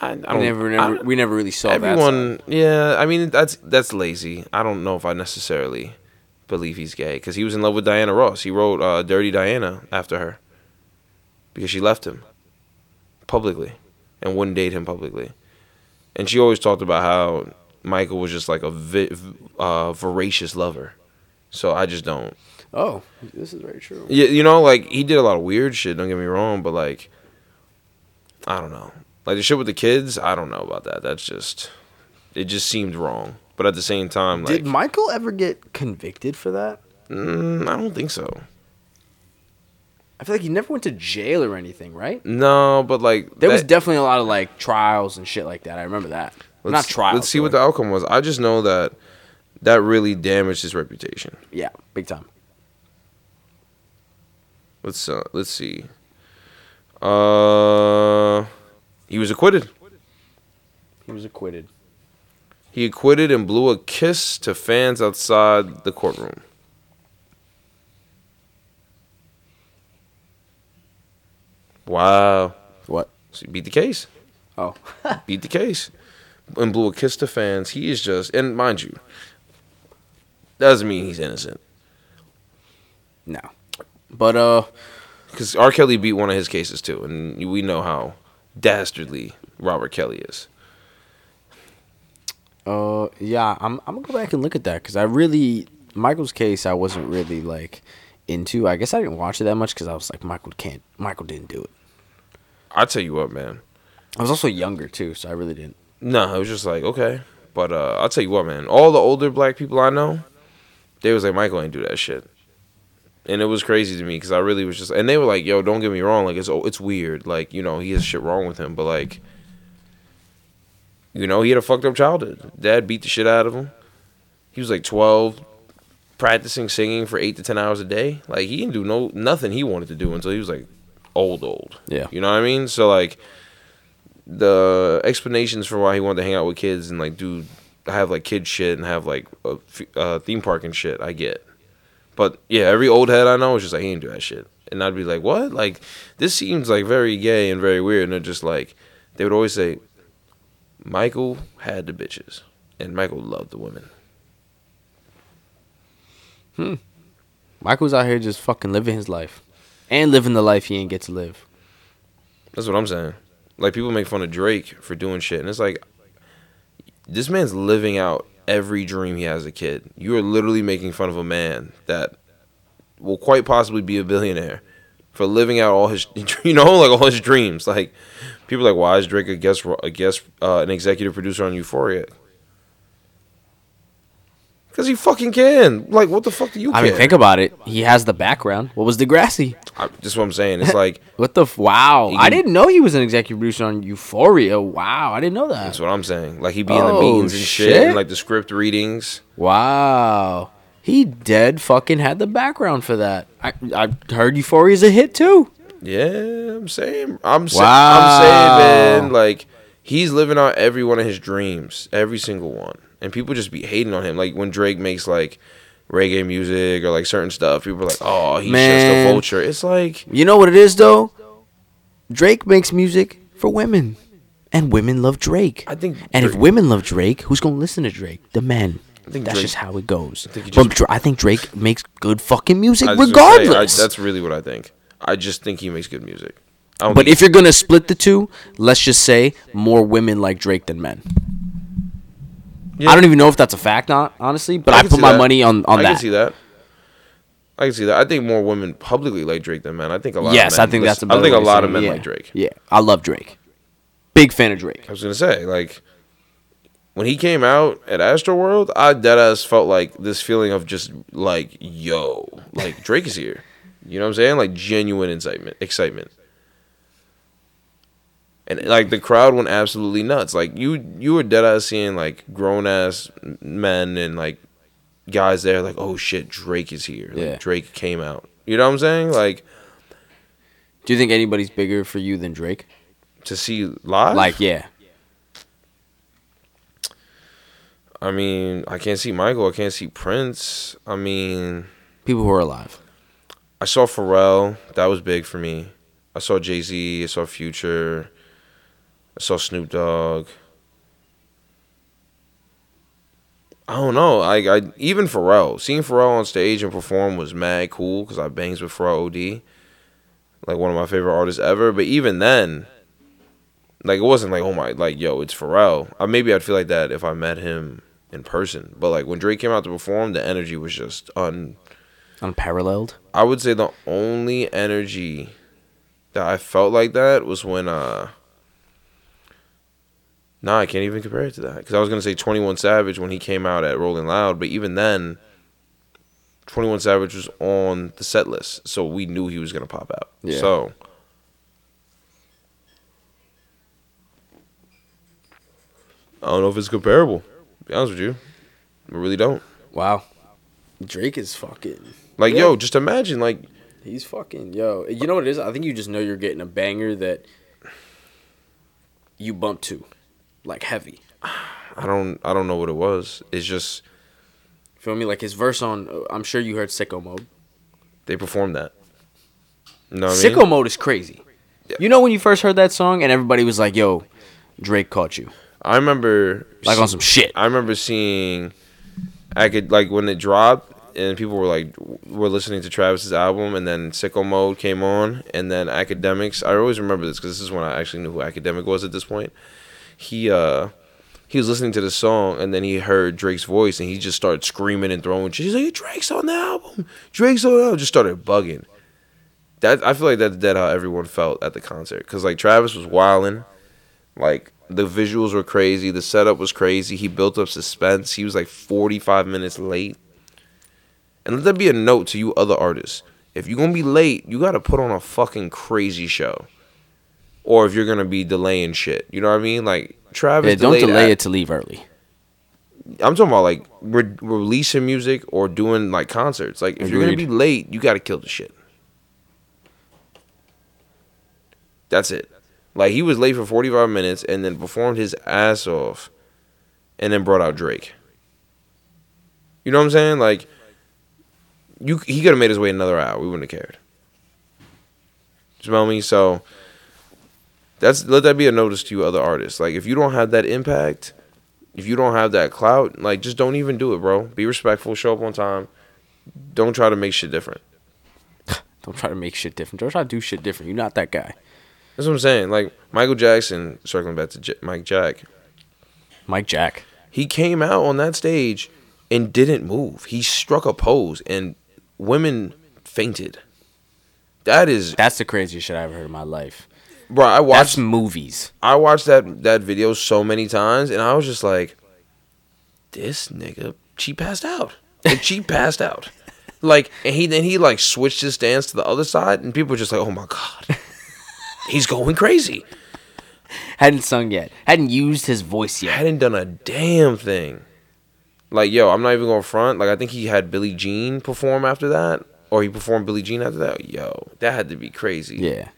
Speaker 5: i, I don't
Speaker 3: We never,
Speaker 5: I
Speaker 3: never,
Speaker 5: don't-
Speaker 3: we never really saw that.
Speaker 5: everyone yeah i mean that's that's lazy i don't know if i necessarily believe he's gay because he was in love with diana ross he wrote uh, dirty diana after her because she left him publicly and wouldn't date him publicly and she always talked about how michael was just like a vi- uh, voracious lover so i just don't
Speaker 3: side. Oh, this is very true.
Speaker 5: yeah, you know, like he did a lot of weird shit. Don't get me wrong, but like, I don't know. Like the shit with the kids, I don't know about that. That's just, it just seemed wrong. But at the same time, like,
Speaker 3: Did Michael ever get convicted for that?
Speaker 5: mm, I don't think so.
Speaker 3: I feel like he never went to jail or anything, right?
Speaker 5: No, but like,
Speaker 3: There was
Speaker 5: that-
Speaker 3: definitely a lot of like trials and shit like that. I remember that.
Speaker 5: let's-
Speaker 3: Not trials.
Speaker 5: Let's see
Speaker 3: but,
Speaker 5: what the outcome was. I just know that that really damaged his reputation.
Speaker 3: yeah, big time.
Speaker 5: Let's uh, let's see. Uh, he was acquitted.
Speaker 3: He was acquitted.
Speaker 5: He acquitted and blew a kiss to fans outside the courtroom. Wow.
Speaker 3: What?
Speaker 5: So he beat the case.
Speaker 3: Oh,
Speaker 5: Beat the case. And blew a kiss to fans. He is just, and mind you, doesn't mean he's innocent.
Speaker 3: no. But uh,
Speaker 5: Because R. Kelly beat one of his cases too, and we know how dastardly Robert Kelly is.
Speaker 3: Uh, yeah, I'm I'm gonna go back and look at that because I really Michael's case I wasn't really like into. I guess I didn't watch it that much because I was like Michael can't Michael didn't do it.
Speaker 5: I tell you what, man.
Speaker 3: I was also younger too, so I really didn't.
Speaker 5: No, I was just like, okay. But uh, I'll tell you what, man. All the older black people I know, they was like, Michael ain't do that shit. And it was crazy to me because I really was just, and they were like, yo, don't get me wrong. Like, it's oh, it's weird. Like, you know, he has shit wrong with him. But, like, you know, he had a fucked up childhood. Dad beat the shit out of him. He was like 12, practicing singing for eight to 10 hours a day. Like, he didn't do no nothing he wanted to do until he was like old, old.
Speaker 3: Yeah.
Speaker 5: You know what I mean? So, like, the explanations for why he wanted to hang out with kids and like do have like kid shit and have like a f- uh, theme park and shit. I get, but yeah, every old head I know is just like he ain't do that shit, and I'd be like, what? Like this seems like very gay and very weird, and they're just like they would always say, Michael had the bitches, and Michael loved the women.
Speaker 3: Michael's out here just fucking living his life, and living the life he ain't get to live.
Speaker 5: That's what I'm saying. Like people make fun of Drake for doing shit, and it's like this man's living out every dream he has as a kid. You are literally making fun of a man that will quite possibly be a billionaire for living out all his, (laughs) you know, like all his dreams. Like people are like, why is Drake a guest, a guest, uh, an executive producer on Euphoria? 'Cause Because he fucking can. Like, what the fuck do you
Speaker 3: I
Speaker 5: care?
Speaker 3: mean, think about it. He has the background. What was Degrassi?
Speaker 5: I- that's what I'm
Speaker 3: (laughs)
Speaker 5: saying. It's like,
Speaker 3: What the f- wow? I
Speaker 5: can-
Speaker 3: didn't know he was an executive producer on Euphoria. Wow, I didn't know that.
Speaker 5: that's what I'm saying. Like, he be in the
Speaker 3: Oh,
Speaker 5: meetings and shit,
Speaker 3: shit.
Speaker 5: and like the script readings.
Speaker 3: Wow, he dead fucking had the background for that. I I heard Euphoria's a hit too.
Speaker 5: Yeah, I'm saying. I'm, sa-
Speaker 3: Wow.
Speaker 5: I'm saying, man. Like, he's living out every one of his dreams, every single one. And people just be hating on him. Like, when Drake makes, like, reggae music or, like, certain stuff, people are like, oh, he's just
Speaker 3: Man.
Speaker 5: a vulture. It's like,
Speaker 3: You know what it is though? Drake makes music for women, and women love Drake.
Speaker 5: I think.
Speaker 3: And if
Speaker 5: Drake-
Speaker 3: women love Drake, who's gonna listen to Drake? The men.
Speaker 5: I think
Speaker 3: That's
Speaker 5: Drake-
Speaker 3: just how it goes.
Speaker 5: think he
Speaker 3: but
Speaker 5: just-
Speaker 3: Dra- I think Drake makes good fucking music
Speaker 5: I was just gonna say, I-
Speaker 3: regardless.
Speaker 5: that's really what I think. I just think he makes good music. I don't
Speaker 3: but
Speaker 5: think
Speaker 3: if you're gonna split the two, let's just say more women like Drake than men.
Speaker 5: Yeah.
Speaker 3: I don't even know if that's a fact, not honestly. But I,
Speaker 5: can
Speaker 3: put
Speaker 5: see
Speaker 3: my
Speaker 5: that.
Speaker 3: money on on
Speaker 5: I
Speaker 3: that.
Speaker 5: can see that. I can see that. I think more women publicly like Drake than men. I think a lot.
Speaker 3: Yes,
Speaker 5: of men,
Speaker 3: I think that's. A
Speaker 5: listen, I
Speaker 3: better
Speaker 5: think a
Speaker 3: way to
Speaker 5: lot
Speaker 3: say
Speaker 5: of
Speaker 3: it.
Speaker 5: men
Speaker 3: Yeah.
Speaker 5: like Drake.
Speaker 3: Yeah, I love Drake. Big fan of Drake.
Speaker 5: I was gonna say like when he came out at Astroworld, I dead ass felt like this feeling of just like yo, like Drake is here. You know what I'm saying? Like genuine excitement, excitement. And like the crowd went absolutely nuts. Like you, you were dead ass seeing like grown ass men and like guys there. Like oh shit, Drake is here. Like
Speaker 3: Yeah.
Speaker 5: Drake came out. You know what I'm saying? Like
Speaker 3: Do you think anybody's bigger for you than Drake?
Speaker 5: to see live.
Speaker 3: Like, yeah,
Speaker 5: I mean, I can't see Michael. I can't see Prince. I mean,
Speaker 3: people who are alive.
Speaker 5: I saw Pharrell. That was big for me. I saw Jay Z. I saw Future. I saw Snoop Dogg. I don't know. I, I even Pharrell. Seeing Pharrell on stage and perform was mad cool because I bangs with Pharrell OD, like one of my favorite artists ever. But even then, like it wasn't like oh my like yo it's Pharrell. I, maybe I'd feel like that if I met him in person. But like when Drake came out to perform, the energy was just un
Speaker 3: Unparalleled.
Speaker 5: I would say the only energy that I felt like that was when uh No, I can't even compare it to that cuz I was going to say 21 Savage when he came out at Rolling Loud, but even then 21 Savage was on the set list, so we knew he was going to pop out.
Speaker 3: Yeah.
Speaker 5: So I don't know if it's comparable. To be honest with you, I really don't.
Speaker 3: Wow.
Speaker 6: Drake is fucking.
Speaker 5: Like,
Speaker 6: Yeah.
Speaker 5: yo, just imagine, like,
Speaker 6: He's fucking yo. You know what it is? I think you just know you're getting a banger that you bump to, like heavy.
Speaker 5: I don't, I don't know what it was. It's just
Speaker 6: Feel me? Like his verse on. uh, I'm sure you heard "Sicko Mode."
Speaker 5: they performed that. No, I mean?
Speaker 3: Sicko mode is crazy. You know when you first heard that song and everybody was like, "Yo, Drake caught you,"
Speaker 5: I remember
Speaker 3: like on
Speaker 5: see-
Speaker 3: some shit.
Speaker 5: I remember seeing I could like when it dropped and people were like were listening to Travis's album and then Sicko Mode came on and then Academics. I always remember this cuz this is when I actually knew who Academic was at this point. He uh he was listening to the song and then he heard Drake's voice and he just started screaming and throwing shit. He's like, Drake's on the album. Drake's on the album. Just started bugging. That I feel like that's that how everyone felt at the concert. Cause like Travis was wilding. Like the visuals were crazy, the setup was crazy. He built up suspense. He was like 45 minutes late. And let that be a note to you other artists. If you're going to be late, you got to put on a fucking crazy show. Or if you're going to be delaying shit. You know what I mean? Like Travis
Speaker 3: Yeah, don't
Speaker 5: delayed
Speaker 3: delay
Speaker 5: at-
Speaker 3: it to leave early.
Speaker 5: I'm talking about like re- releasing music or doing like concerts. Like if you're gonna be
Speaker 3: Agreed.
Speaker 5: late, you gotta kill the shit. That's it. Like he was late for 45 minutes and then performed his ass off, and then brought out Drake. You know what I'm saying? Like you, he could have made his way another hour. We wouldn't have cared. Smell me? So that's let that be a notice to you other artists. Like if you don't have that impact if you don't have that clout, like just don't even do it, bro. Be respectful, show up on time. Don't try to make shit different.
Speaker 3: Don't try to make shit different. Don't try to do shit different. You're not that guy.
Speaker 5: That's what I'm saying. Like Michael Jackson, circling back to J- Mike Jack,
Speaker 3: Mike Jack.
Speaker 5: he came out on that stage and didn't move. He struck a pose and women fainted. That is,
Speaker 3: That's the craziest shit I ever heard in my life.
Speaker 5: bro. I
Speaker 3: Watch
Speaker 5: watched,
Speaker 3: movies.
Speaker 5: I watched that that video so many times, and I was just like, this nigga she passed out. Like she passed out. Like and he then he like switched his stance to the other side, and people were just like, "Oh my god, he's going crazy."
Speaker 3: Hadn't sung yet. Hadn't used his voice yet.
Speaker 5: hadn't done a damn thing. Like, yo, I'm not even going to front. Like, I think he had Billie Jean perform after that, or he performed Billie Jean after that. Yo, that had to be crazy.
Speaker 3: Yeah.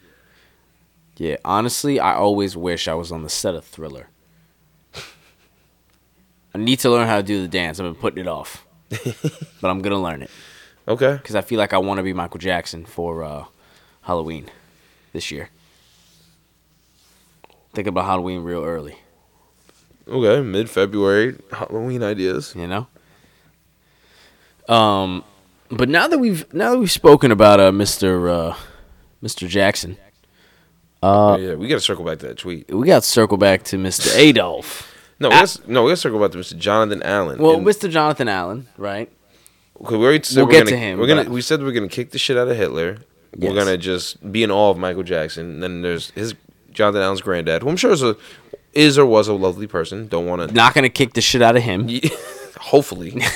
Speaker 3: Yeah. Honestly, I always wish I was on the set of Thriller. I need to learn how to do the dance. I've been putting it off, but I'm gonna learn it
Speaker 5: Okay.
Speaker 3: because I feel like I want to be Michael Jackson for uh, Halloween this year. Think about Halloween real early,
Speaker 5: Okay. Mid February, Halloween ideas.
Speaker 3: you know. Um, but now that we've now that we've spoken about uh, Mr. Uh, Mr. Jackson, uh,
Speaker 5: Oh yeah, we got to circle back to that tweet.
Speaker 3: we got to circle back to Mr. Adolf.
Speaker 5: No, we gotta, no, we got to circle back to Mr. Jonathan Allen.
Speaker 3: Ah. Well,
Speaker 5: And-
Speaker 3: Mr. Jonathan Allen, right?
Speaker 5: okay, we already said
Speaker 3: we'll
Speaker 5: we're
Speaker 3: get
Speaker 5: gonna,
Speaker 3: to him,
Speaker 5: We're gonna,
Speaker 3: but-
Speaker 5: we said we're going to kick the shit out of Hitler.
Speaker 3: Yes.
Speaker 5: We're going to just be in awe of Michael Jackson. And then there's his Jonathan Allen's granddad, who I'm sure is, a, is or was a lovely person. Don't want to.
Speaker 3: Not gonna kick the shit out of him.
Speaker 5: (laughs) Hopefully.
Speaker 3: (laughs)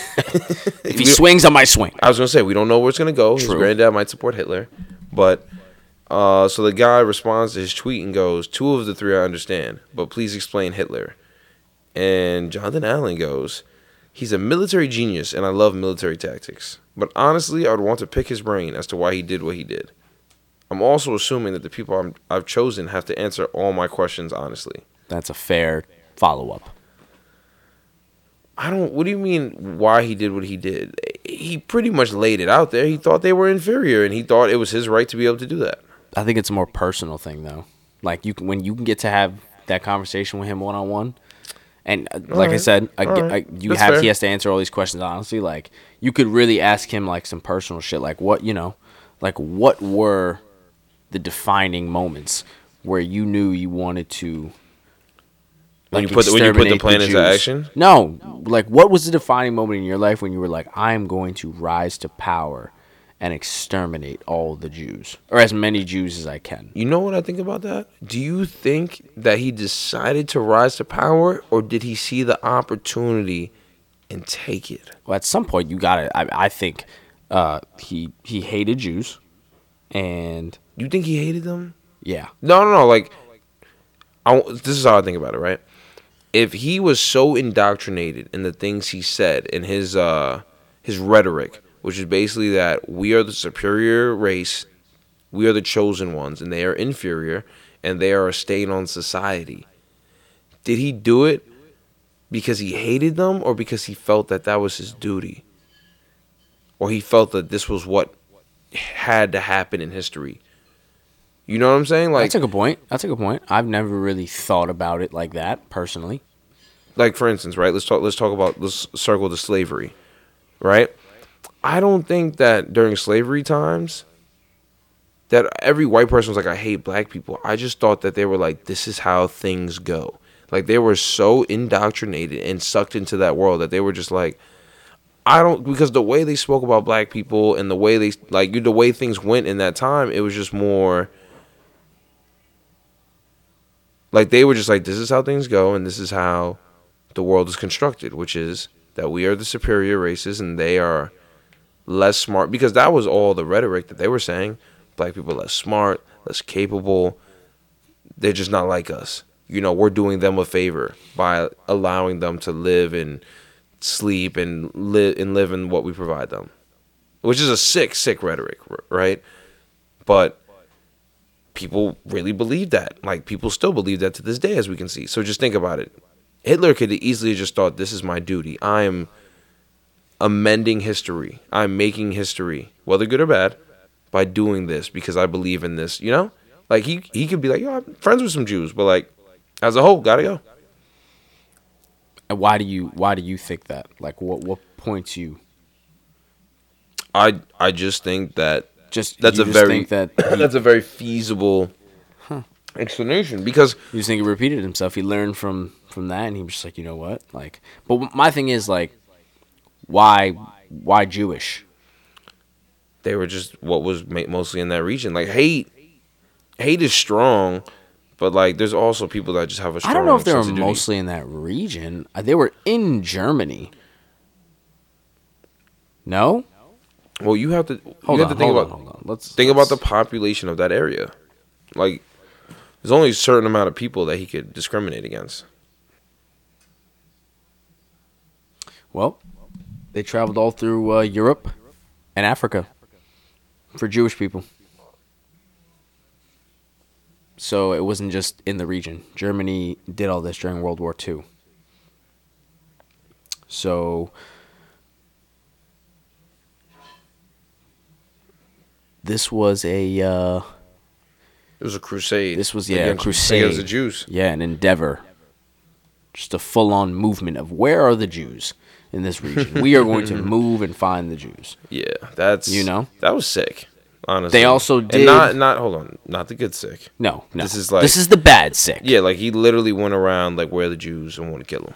Speaker 3: If he swings, I might swing.
Speaker 5: I was gonna say we don't know where it's gonna go. His
Speaker 3: True.
Speaker 5: granddad might support Hitler, but uh, so the guy responds to his tweet and goes, two of the three I understand, but please explain Hitler." And Jonathan Allen goes, "He's a military genius, and I love military tactics. But honestly, I would want to pick his brain as to why he did what he did. I'm also assuming that the people I'm, I've chosen have to answer all my questions honestly.
Speaker 3: That's a fair follow up.
Speaker 5: I don't. What do you mean? Why he did what he did? He pretty much laid it out there. He thought they were inferior, and he thought it was his right to be able to do that.
Speaker 3: I think it's a more personal thing though. Like you can when you can get to have that conversation with him one on one, and uh, like I
Speaker 5: right.
Speaker 3: said, I,
Speaker 5: All
Speaker 3: I-
Speaker 5: right.
Speaker 3: you
Speaker 5: That's
Speaker 3: have
Speaker 5: fair.
Speaker 3: he has to answer all these questions honestly. Like you could really ask him like some personal shit, like what you know, like what were the defining moments where you knew you wanted to.
Speaker 5: When you put the- when you put the
Speaker 3: exterminate
Speaker 5: plan into
Speaker 3: Jews?
Speaker 5: action?
Speaker 3: No, like what was the defining moment in your life when you were like, I am going to rise to power and exterminate all the Jews or as many Jews as I can.
Speaker 5: You know what I think about that? Do you think that he decided to rise to power, or did he see the opportunity and take it?
Speaker 3: Well, at some point you got to I, I think uh, he he hated Jews, and
Speaker 5: You think he hated them?
Speaker 3: yeah,
Speaker 5: No, no, no. Like, I, w- this is how I think about it, right? If he was so indoctrinated in the things he said in his uh his rhetoric, which is basically that we are the superior race, we are the chosen ones, and they are inferior, and they are a stain on society. Did he do it because he hated them, or because he felt that that was his duty, or he felt that this was what had to happen in history? You know what I'm saying? Like
Speaker 3: that's a good point. That's a good point. I've never really thought about it like that personally.
Speaker 5: like for instance, right? Let's talk. Let's talk about let's circle to slavery, right? I don't think that during slavery times, that every white person was like, "I hate black people." I just thought that they were like, "This is how things go." Like they were so indoctrinated and sucked into that world that they were just like, "I don't." Because the way they spoke about black people and the way they like the way things went in that time, it was just more. Like they were just like, "This is how things go," and this is how the world is constructed, which is that we are the superior races and they are less smart because that was all the rhetoric that they were saying. Black people are less smart, less capable. They're just not like us. You know, we're doing them a favor by allowing them to live and sleep and live and live in what we provide them. Which is a sick, sick rhetoric, r- right? But people really believe that. Like people still believe that to this day as we can see. So just think about it. Hitler could have easily just thought, "This is my duty. I am amending history. I'm making history, whether good or bad, by doing this because I believe in this." You know, like he he could be like, "Yo, I'm friends with some Jews, but like, as a whole, gotta go."
Speaker 3: And why do you why do you think that? Like what what points you?
Speaker 5: I I just think that
Speaker 3: Just
Speaker 5: that's
Speaker 3: you
Speaker 5: a
Speaker 3: just
Speaker 5: very
Speaker 3: think that
Speaker 5: (clears throat) that's a very feasible explanation because
Speaker 3: you just think he repeated himself. He learned from from that, and he was just like, you know what? Like, but my thing is like, why why Jewish?
Speaker 5: they were just what was ma- mostly in that region. Like hate, hate is strong, but like there's also people that just have a strong.
Speaker 3: I don't know if they were
Speaker 5: sense of duty.
Speaker 3: mostly in that region. Uh, They were in Germany. No?
Speaker 5: Well, you have to
Speaker 3: Hold
Speaker 5: you
Speaker 3: on,
Speaker 5: have to think
Speaker 3: hold
Speaker 5: about
Speaker 3: on, hold on. Let's
Speaker 5: think
Speaker 3: let's-
Speaker 5: about the population of that area. Like, there's only a certain amount of people that he could discriminate against.
Speaker 3: Well, they traveled all through uh, Europe and Africa for Jewish people. So it wasn't just in the region. Germany did all this during World War II. So this was a uh,
Speaker 5: It was a crusade.
Speaker 3: This was, yeah, a
Speaker 5: against-
Speaker 3: crusade.
Speaker 5: against the Jews.
Speaker 3: yeah an endeavor, just a full on movement of where are the Jews in this region? we are
Speaker 5: (laughs)
Speaker 3: going to move and find the Jews.
Speaker 5: Yeah, that's
Speaker 3: You know?
Speaker 5: that was sick. Honestly,
Speaker 3: They also did-
Speaker 5: and not not hold on, not the good sick.
Speaker 3: No, no.
Speaker 5: This is like-
Speaker 3: this is the bad sick.
Speaker 5: Yeah, like he literally went around like where are the Jews and want to kill them.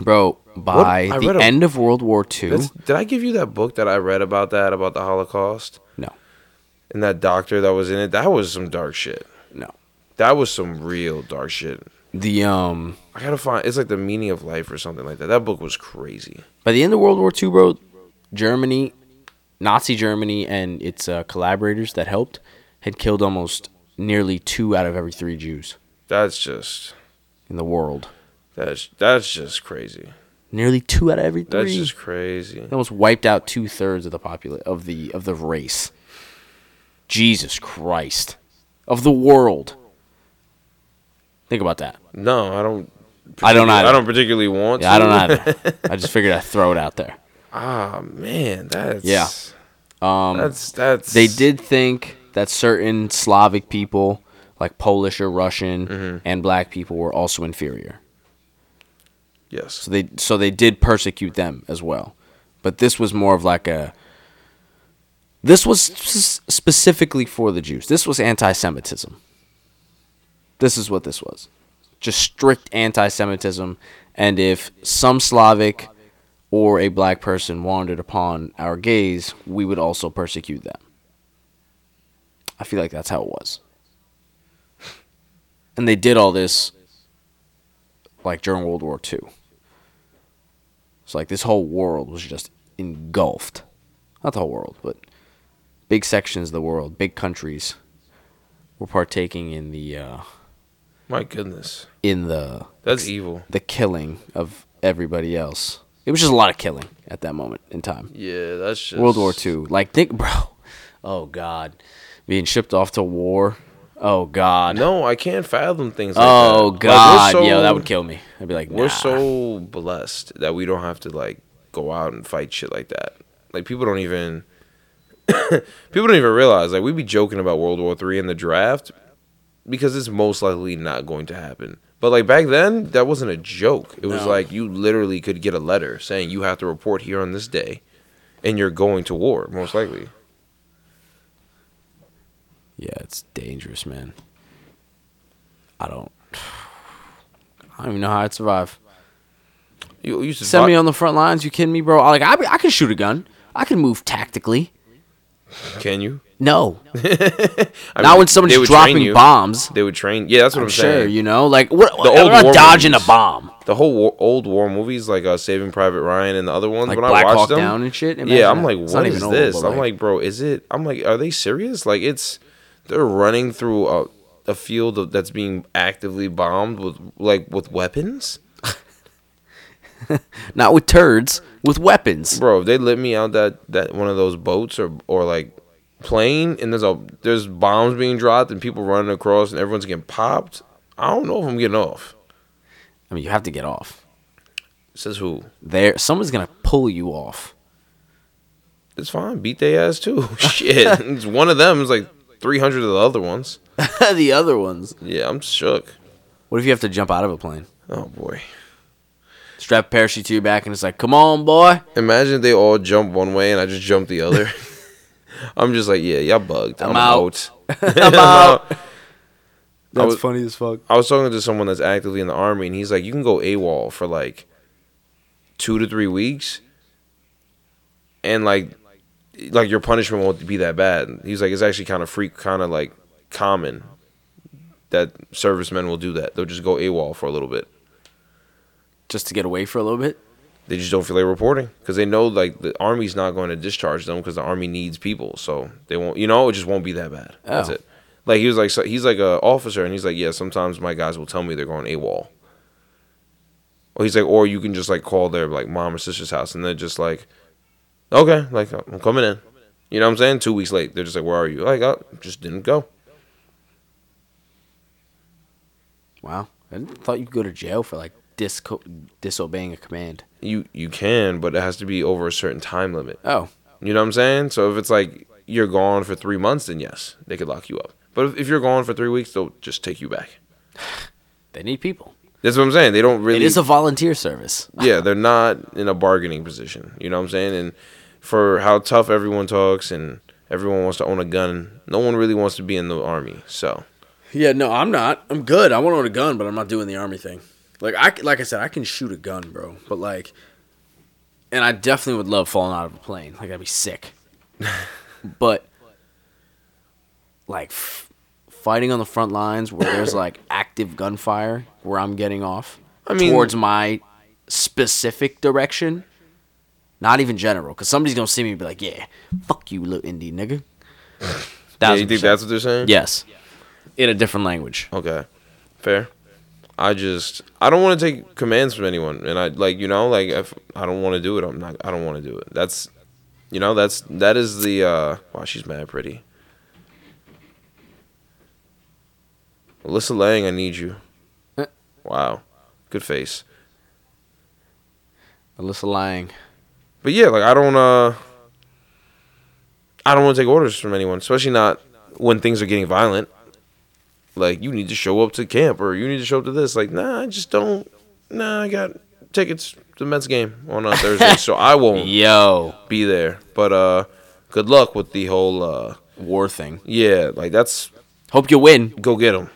Speaker 3: bro. By
Speaker 5: I read
Speaker 3: the
Speaker 5: a-
Speaker 3: end of World War II,
Speaker 5: That's, did I give you that book that I read about that about the Holocaust
Speaker 3: no,
Speaker 5: and that doctor that was in it? That was some dark shit.
Speaker 3: no.
Speaker 5: That was some real dark shit.
Speaker 3: The um,
Speaker 5: I gotta find. It's like the meaning of life or something like that. That book was crazy.
Speaker 3: by the end of World War II, bro, Germany, Nazi Germany, and its uh, collaborators that helped had killed almost nearly two out of every three Jews
Speaker 5: That's just
Speaker 3: in the world.
Speaker 5: that's that's just crazy.
Speaker 3: Nearly two out of every three.
Speaker 5: That's just crazy.
Speaker 3: They almost wiped out two thirds of the popula- of the of the race. Jesus Christ, of the world. Think about that.
Speaker 5: No, I don't.
Speaker 3: I don't either.
Speaker 5: I don't particularly want.
Speaker 3: Yeah, I
Speaker 5: to.
Speaker 3: don't either. I just figured I'd throw it out there.
Speaker 5: Ah man, that's
Speaker 3: Yeah.
Speaker 5: Um, that's that's
Speaker 3: They did think that certain Slavic people, like Polish or Russian, and black people were also inferior.
Speaker 5: yes.
Speaker 3: So they so they did persecute them as well. But this was more of like a this was s- specifically for the Jews. This was anti-Semitism. This is what this was. Just strict anti-Semitism and if some Slavic or a black person wandered upon our gaze, we would also persecute them. I feel like that's how it was. And they did all this like during World War II. So like this whole world was just engulfed. Not the whole world, but big sections of the world, big countries were partaking in the uh,
Speaker 5: My goodness,
Speaker 3: in the
Speaker 5: that's evil.
Speaker 3: the killing of everybody else. It was just a lot of killing at that moment in time.
Speaker 5: Yeah, that's just
Speaker 3: World War II. Like think (laughs) bro. Oh god. Being shipped off to war. Oh god.
Speaker 5: No, I can't fathom things. Like
Speaker 3: oh
Speaker 5: that.
Speaker 3: god.
Speaker 5: Like, we're so-
Speaker 3: Yo, that would kill me. I'd be like,
Speaker 5: We're
Speaker 3: nah.
Speaker 5: so blessed that we don't have to like go out and fight shit like that. Like people don't even (coughs) people don't even realize like we be joking about World War Three and the draft because it's most likely not going to happen. But like back then, that wasn't a joke. It was like you literally could get a letter saying you have to report here on this day, and you're going to war most likely.
Speaker 3: Yeah, it's dangerous, man. I don't. (sighs) I don't even know how I'd survive.
Speaker 5: You, you used to
Speaker 3: Send me
Speaker 5: vi-
Speaker 3: on the front lines. You kidding me, bro? I, like I, I can shoot a gun. I can move tactically.
Speaker 5: Can you?
Speaker 3: No,
Speaker 5: I
Speaker 3: not
Speaker 5: mean,
Speaker 3: when
Speaker 5: they
Speaker 3: somebody's
Speaker 5: would train
Speaker 3: dropping
Speaker 5: you.
Speaker 3: bombs.
Speaker 5: They would train. Yeah, that's what I'm,
Speaker 3: I'm sure
Speaker 5: saying.
Speaker 3: you know. Like what? The
Speaker 5: old
Speaker 3: old
Speaker 5: war
Speaker 3: dodging
Speaker 5: movies.
Speaker 3: a bomb.
Speaker 5: the whole war, old war movies like uh, Saving Private Ryan and the other ones
Speaker 3: Like
Speaker 5: when
Speaker 3: Black
Speaker 5: I watched
Speaker 3: Hawk
Speaker 5: them,
Speaker 3: Down and shit? Imagine
Speaker 5: Yeah, I'm
Speaker 3: that.
Speaker 5: like,
Speaker 3: It's not
Speaker 5: what
Speaker 3: even
Speaker 5: is
Speaker 3: old,
Speaker 5: this?
Speaker 3: but,
Speaker 5: I'm
Speaker 3: like-
Speaker 5: like, bro, is it? I'm like, are they serious? Like it's they're running through a, a field of, that's being actively bombed with like with weapons,
Speaker 3: Not with turds. With weapons.
Speaker 5: bro. If they let me out that that one of those boats or or like plane and there's a there's bombs being dropped and people running across and everyone's getting popped. I don't know if I'm getting off.
Speaker 3: I mean, you have to get off.
Speaker 5: Says who?
Speaker 3: There, someone's gonna pull you off. (laughs)
Speaker 5: It's fine. Beat their ass too. (laughs) Shit. It's one of them is like 300 of the other ones.
Speaker 3: the other ones.
Speaker 5: Yeah, I'm shook.
Speaker 3: What if you have to jump out of a plane?
Speaker 5: Oh boy.
Speaker 3: Strap a parachute to your back, and it's like, come on, boy. (laughs)
Speaker 5: Imagine if they all jump one way and I just jump the other. (laughs) I'm just like, yeah, y'all bugged. I'm,
Speaker 3: I'm
Speaker 5: out.
Speaker 3: out.
Speaker 5: (laughs) I'm out.
Speaker 7: That's
Speaker 5: was-
Speaker 7: funny as fuck.
Speaker 5: I was talking to someone that's actively in the army and he's like, you can go AWOL for like two to three weeks and like like your punishment won't be that bad. And He's like, it's actually kind of freak kind of like common that servicemen will do that. They'll just go AWOL for a little bit.
Speaker 3: Just to get away for a little bit.
Speaker 5: They just don't feel like reporting because they know like the army's not going to discharge them because the army needs people, so they won't. You know, it just won't be that bad. That's
Speaker 3: Oh.
Speaker 5: it. Like he was like so he's like a officer, and he's like, yeah, sometimes my guys will tell me they're going AWOL. Or he's like, or you can just like call their like mom or sister's house, and they're just like, okay, like I'm coming in. You know what I'm saying? Two weeks late, they're just like, where are you? Like, I just didn't go.
Speaker 3: Wow. I didn't- thought you could go to jail for like disco- disobeying a command.
Speaker 5: You you can, but it has to be over a certain time limit.
Speaker 3: Oh,
Speaker 5: You know what I'm saying? So if it's like you're gone for three months, then yes, they could lock you up. But if, if you're gone for three weeks, they'll just take you back.
Speaker 3: they need people.
Speaker 5: That's what I'm saying. They don't really.
Speaker 3: It is a volunteer service.
Speaker 5: yeah, they're not in a bargaining position. You know what I'm saying? And for how tough everyone talks and everyone wants to own a gun, no one really wants to be in the army. So
Speaker 2: Yeah, no, I'm not. I'm good. I want to own a gun, but I'm not doing the army thing. Like I c- like I said, I can shoot a gun, bro. But like,
Speaker 3: And I definitely would love falling out of a plane. Like, that'd be
Speaker 5: (laughs)
Speaker 3: sick. but, like, f- fighting on the front lines where there's
Speaker 5: (coughs)
Speaker 3: like active gunfire where I'm getting off
Speaker 5: I mean-
Speaker 3: towards my specific direction, not even general, because somebody's going to see me and be like, yeah, fuck you, little indie nigga.
Speaker 5: (laughs) yeah,
Speaker 3: Thousand
Speaker 5: you think
Speaker 3: percent.
Speaker 5: that's what they're saying?
Speaker 3: Yes. In a different language.
Speaker 5: Okay. Fair. I just I don't want to take commands from anyone, and I like you know like if I don't want to do it, I'm not. I don't want to do it. That's you know that's that is the uh wow she's mad pretty. Alyssa Lang, I need you.
Speaker 3: Eh.
Speaker 5: Wow, good face.
Speaker 3: Alyssa Lang.
Speaker 5: But yeah, like I don't uh I don't want to take orders from anyone, especially not when things are getting violent. Like you need to show up to camp or you need to show up to this. Like, nah, I just don't nah, I got tickets to the Mets game on uh, Thursday,
Speaker 3: (laughs)
Speaker 5: so I won't
Speaker 3: Yo.
Speaker 5: be there. But uh good luck with the whole uh
Speaker 3: War thing.
Speaker 5: yeah, like that's
Speaker 3: Hope you win.
Speaker 5: go get them.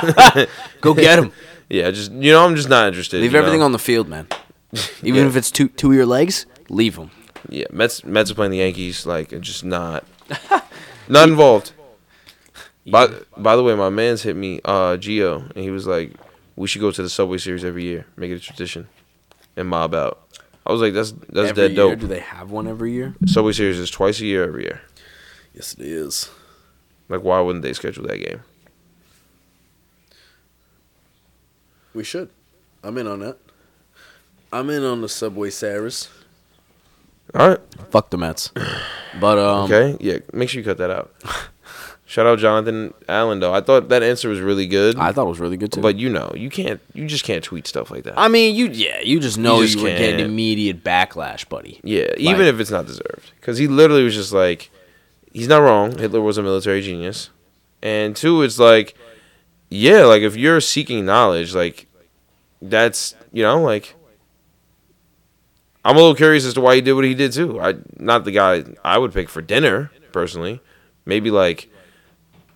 Speaker 3: (laughs) Go get him.
Speaker 5: Yeah, just you know, I'm just not interested.
Speaker 3: leave
Speaker 5: you
Speaker 3: everything
Speaker 5: know?
Speaker 3: on the field, man. (laughs) Even
Speaker 5: Yeah.
Speaker 3: if it's two two of your legs, leave them.
Speaker 5: Yeah, Mets Mets are playing the Yankees. Like, it's
Speaker 3: (laughs)
Speaker 5: just not not involved. By by the way, my man's hit me, uh, Geo, and he was like, "We should go to the Subway Series every year, make it a tradition, and mob out." I was like, "That's that's
Speaker 2: every
Speaker 5: dead
Speaker 2: year,
Speaker 5: dope."
Speaker 2: do they have one every year?
Speaker 5: Subway Series is twice a year, every year.
Speaker 2: Yes, it is.
Speaker 5: Like, why wouldn't they schedule that game?
Speaker 2: We should. I'm in on that. I'm in on the Subway Saris.
Speaker 5: All right,
Speaker 3: Fuck the (sighs) Mets. But um,
Speaker 5: okay, yeah. Make sure you cut
Speaker 3: (laughs)
Speaker 5: that out. Shout out Jonathan Allen though. I thought that answer was really good,
Speaker 3: I thought it was really good too.
Speaker 5: but you know, you can't, you just can't tweet stuff like that.
Speaker 3: I mean, you yeah, you just know you,
Speaker 5: just
Speaker 3: were getting
Speaker 5: can't.
Speaker 3: immediate backlash, buddy.
Speaker 5: Yeah, even if it's not deserved, because he literally was just like, he's not wrong. Hitler was a military genius, and two, it's like, yeah, like if you're seeking knowledge, like, that's you know, like, I'm a little curious as to why he did what he did too. I not the guy I would pick for dinner personally, maybe like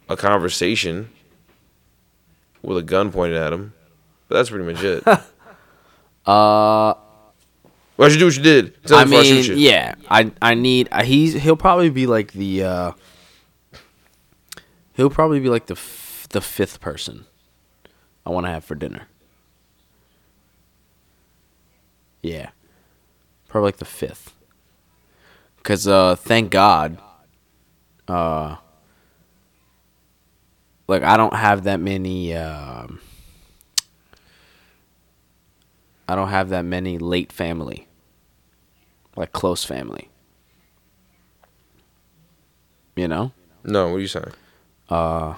Speaker 5: a conversation with a gun pointed at him, but that's pretty much it. uh. Why'd you do what you did? Tell
Speaker 3: Uh, I
Speaker 5: me before shoot
Speaker 3: mean,
Speaker 5: you.
Speaker 3: yeah, I I need I, he's he'll probably be like the uh he'll probably be like the f- the fifth person I want to have for dinner. Yeah, probably like the fifth. Cause uh, thank God, uh, like I don't have that many. Um, I don't have that many late family like close family. You know, Uh,
Speaker 5: No, what are you saying?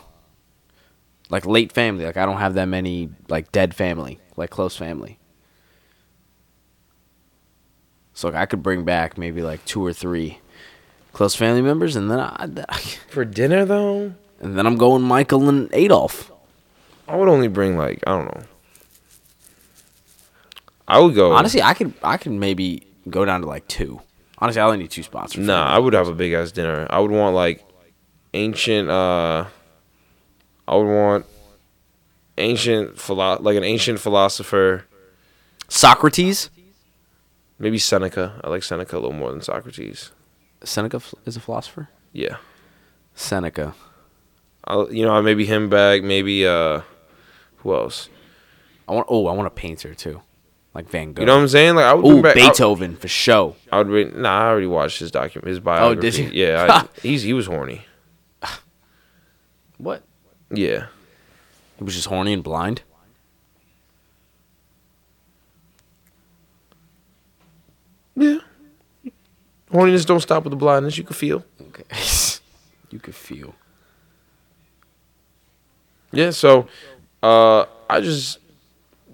Speaker 3: like late family. Like I don't have that many like dead family, like close family. So like, I could bring back maybe like two or three close family members, and then I, (laughs)
Speaker 5: For dinner though,
Speaker 3: and then I'm going Michael and Adolf.
Speaker 5: I would only bring like I don't know. I would go
Speaker 3: Honestly, I could I could maybe go down to like two. Honestly, I only need two spots. for
Speaker 5: Nah, I
Speaker 3: family.
Speaker 5: would have a big ass dinner. I would want like ancient. uh I would want ancient philo- like an ancient philosopher,
Speaker 3: Socrates.
Speaker 5: maybe Seneca. I like Seneca a little more than Socrates.
Speaker 3: Seneca f- is a philosopher.
Speaker 5: Yeah,
Speaker 3: Seneca.
Speaker 5: I'll, you know maybe him back. Maybe uh, who else?
Speaker 3: I want. Oh, I want a painter too. like Van Gogh.
Speaker 5: You know what I'm saying? Like I would
Speaker 3: Ooh,
Speaker 5: bring back, I-
Speaker 3: Beethoven for show.
Speaker 5: I would read. Nah, I already watched his document, his biography.
Speaker 3: you? (laughs)
Speaker 5: Yeah, I, he's he was horny.
Speaker 3: What?
Speaker 5: Yeah,
Speaker 3: He was just horny and blind.
Speaker 5: yeah. Horniness don't stop with the blindness. You can feel. (laughs)
Speaker 3: Okay. you could feel.
Speaker 5: Yeah. So, uh, I just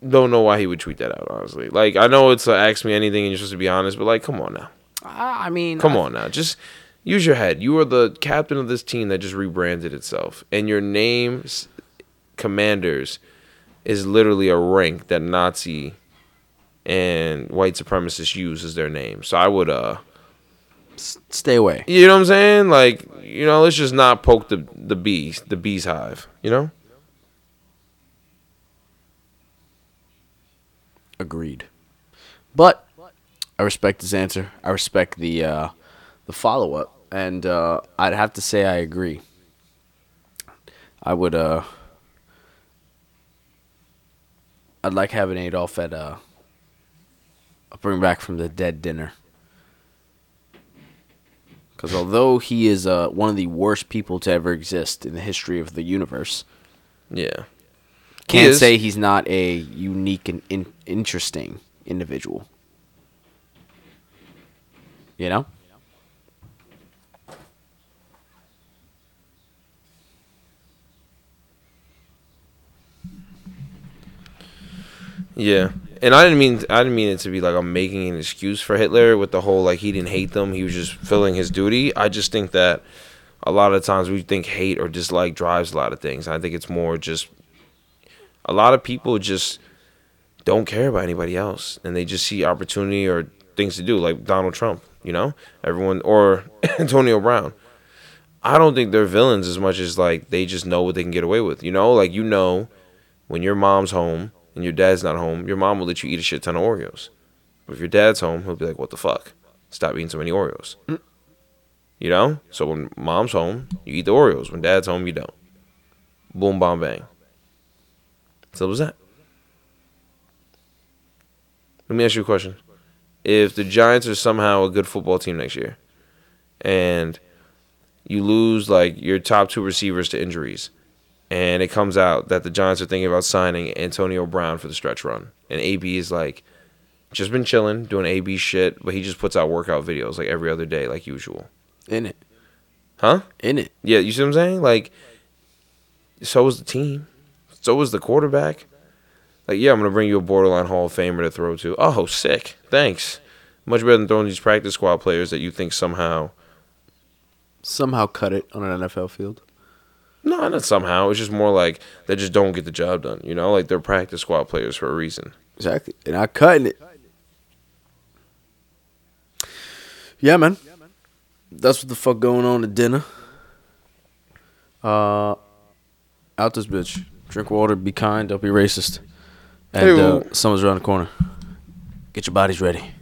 Speaker 5: don't know why he would tweet that out. Honestly, like I know it's uh, ask me anything and you're supposed to be honest, but like, come on now,
Speaker 3: I I mean,
Speaker 5: come
Speaker 3: I-
Speaker 5: on now, just use your head. You are the captain of this team that just rebranded itself, and your name, s- Commanders, is literally a rank that Nazi and white supremacists use as their name. So I would uh.
Speaker 3: s- Stay away.
Speaker 5: You know what I'm saying? Like, you know, let's just not poke the the bees, the bees hive. You know?
Speaker 3: Agreed. But I respect his answer. I respect the uh, the follow up, and uh, I'd have to say I agree. I would. Uh, I'd like having Adolf at uh, a bring back from the dead dinner. Because although he is uh, one of the worst people to ever exist in the history of the universe,
Speaker 5: Yeah. He
Speaker 3: can't
Speaker 5: is.
Speaker 3: say he's not a unique and in- interesting individual. You know?
Speaker 5: Yeah. And I didn't mean I didn't mean it to be like I'm making an excuse for Hitler with the whole like he didn't hate them, he was just filling his duty. I just think that a lot of times we think hate or dislike drives a lot of things. I think it's more just a lot of people just don't care about anybody else and they just see opportunity or things to do like Donald Trump, you know? Everyone or (laughs) Antonio Brown. I don't think they're villains as much as like they just know what they can get away with. You know, like you know when your mom's home and your dad's not home, your mom will let you eat a shit ton of Oreos. But if your dad's home, he'll be like, "What the fuck? Stop eating so many Oreos." You know. So when mom's home, you eat the Oreos. When dad's home, you don't. Boom, bomb, bang. So was that? Let me ask you a question. If the Giants are somehow a good football team next year, and you lose like your top two receivers to injuries, and it comes out that the Giants are thinking about signing Antonio Brown for the stretch run. And AB is like, just been chilling, doing AB shit, but he just puts out workout videos like every other day, like usual.
Speaker 3: In it.
Speaker 5: Huh?
Speaker 3: In it.
Speaker 5: Yeah, you see what I'm saying? Like, so was the team. So was the quarterback. Like, yeah, I'm going to bring you a borderline Hall of Famer to throw to. Oh, sick. Thanks. Much better than throwing these practice squad players that you think somehow.
Speaker 3: Somehow cut it on an NFL field.
Speaker 5: No, not somehow. It's just more like they just don't get the job done. You know, like they're practice squad players for a reason.
Speaker 3: Exactly. And I cutting it. Yeah, man. That's what the fuck going on at dinner. Uh, out this bitch. Drink water. Be kind. Don't be racist. And uh,
Speaker 5: Hey-o.
Speaker 3: summer's around the corner. Get your bodies ready.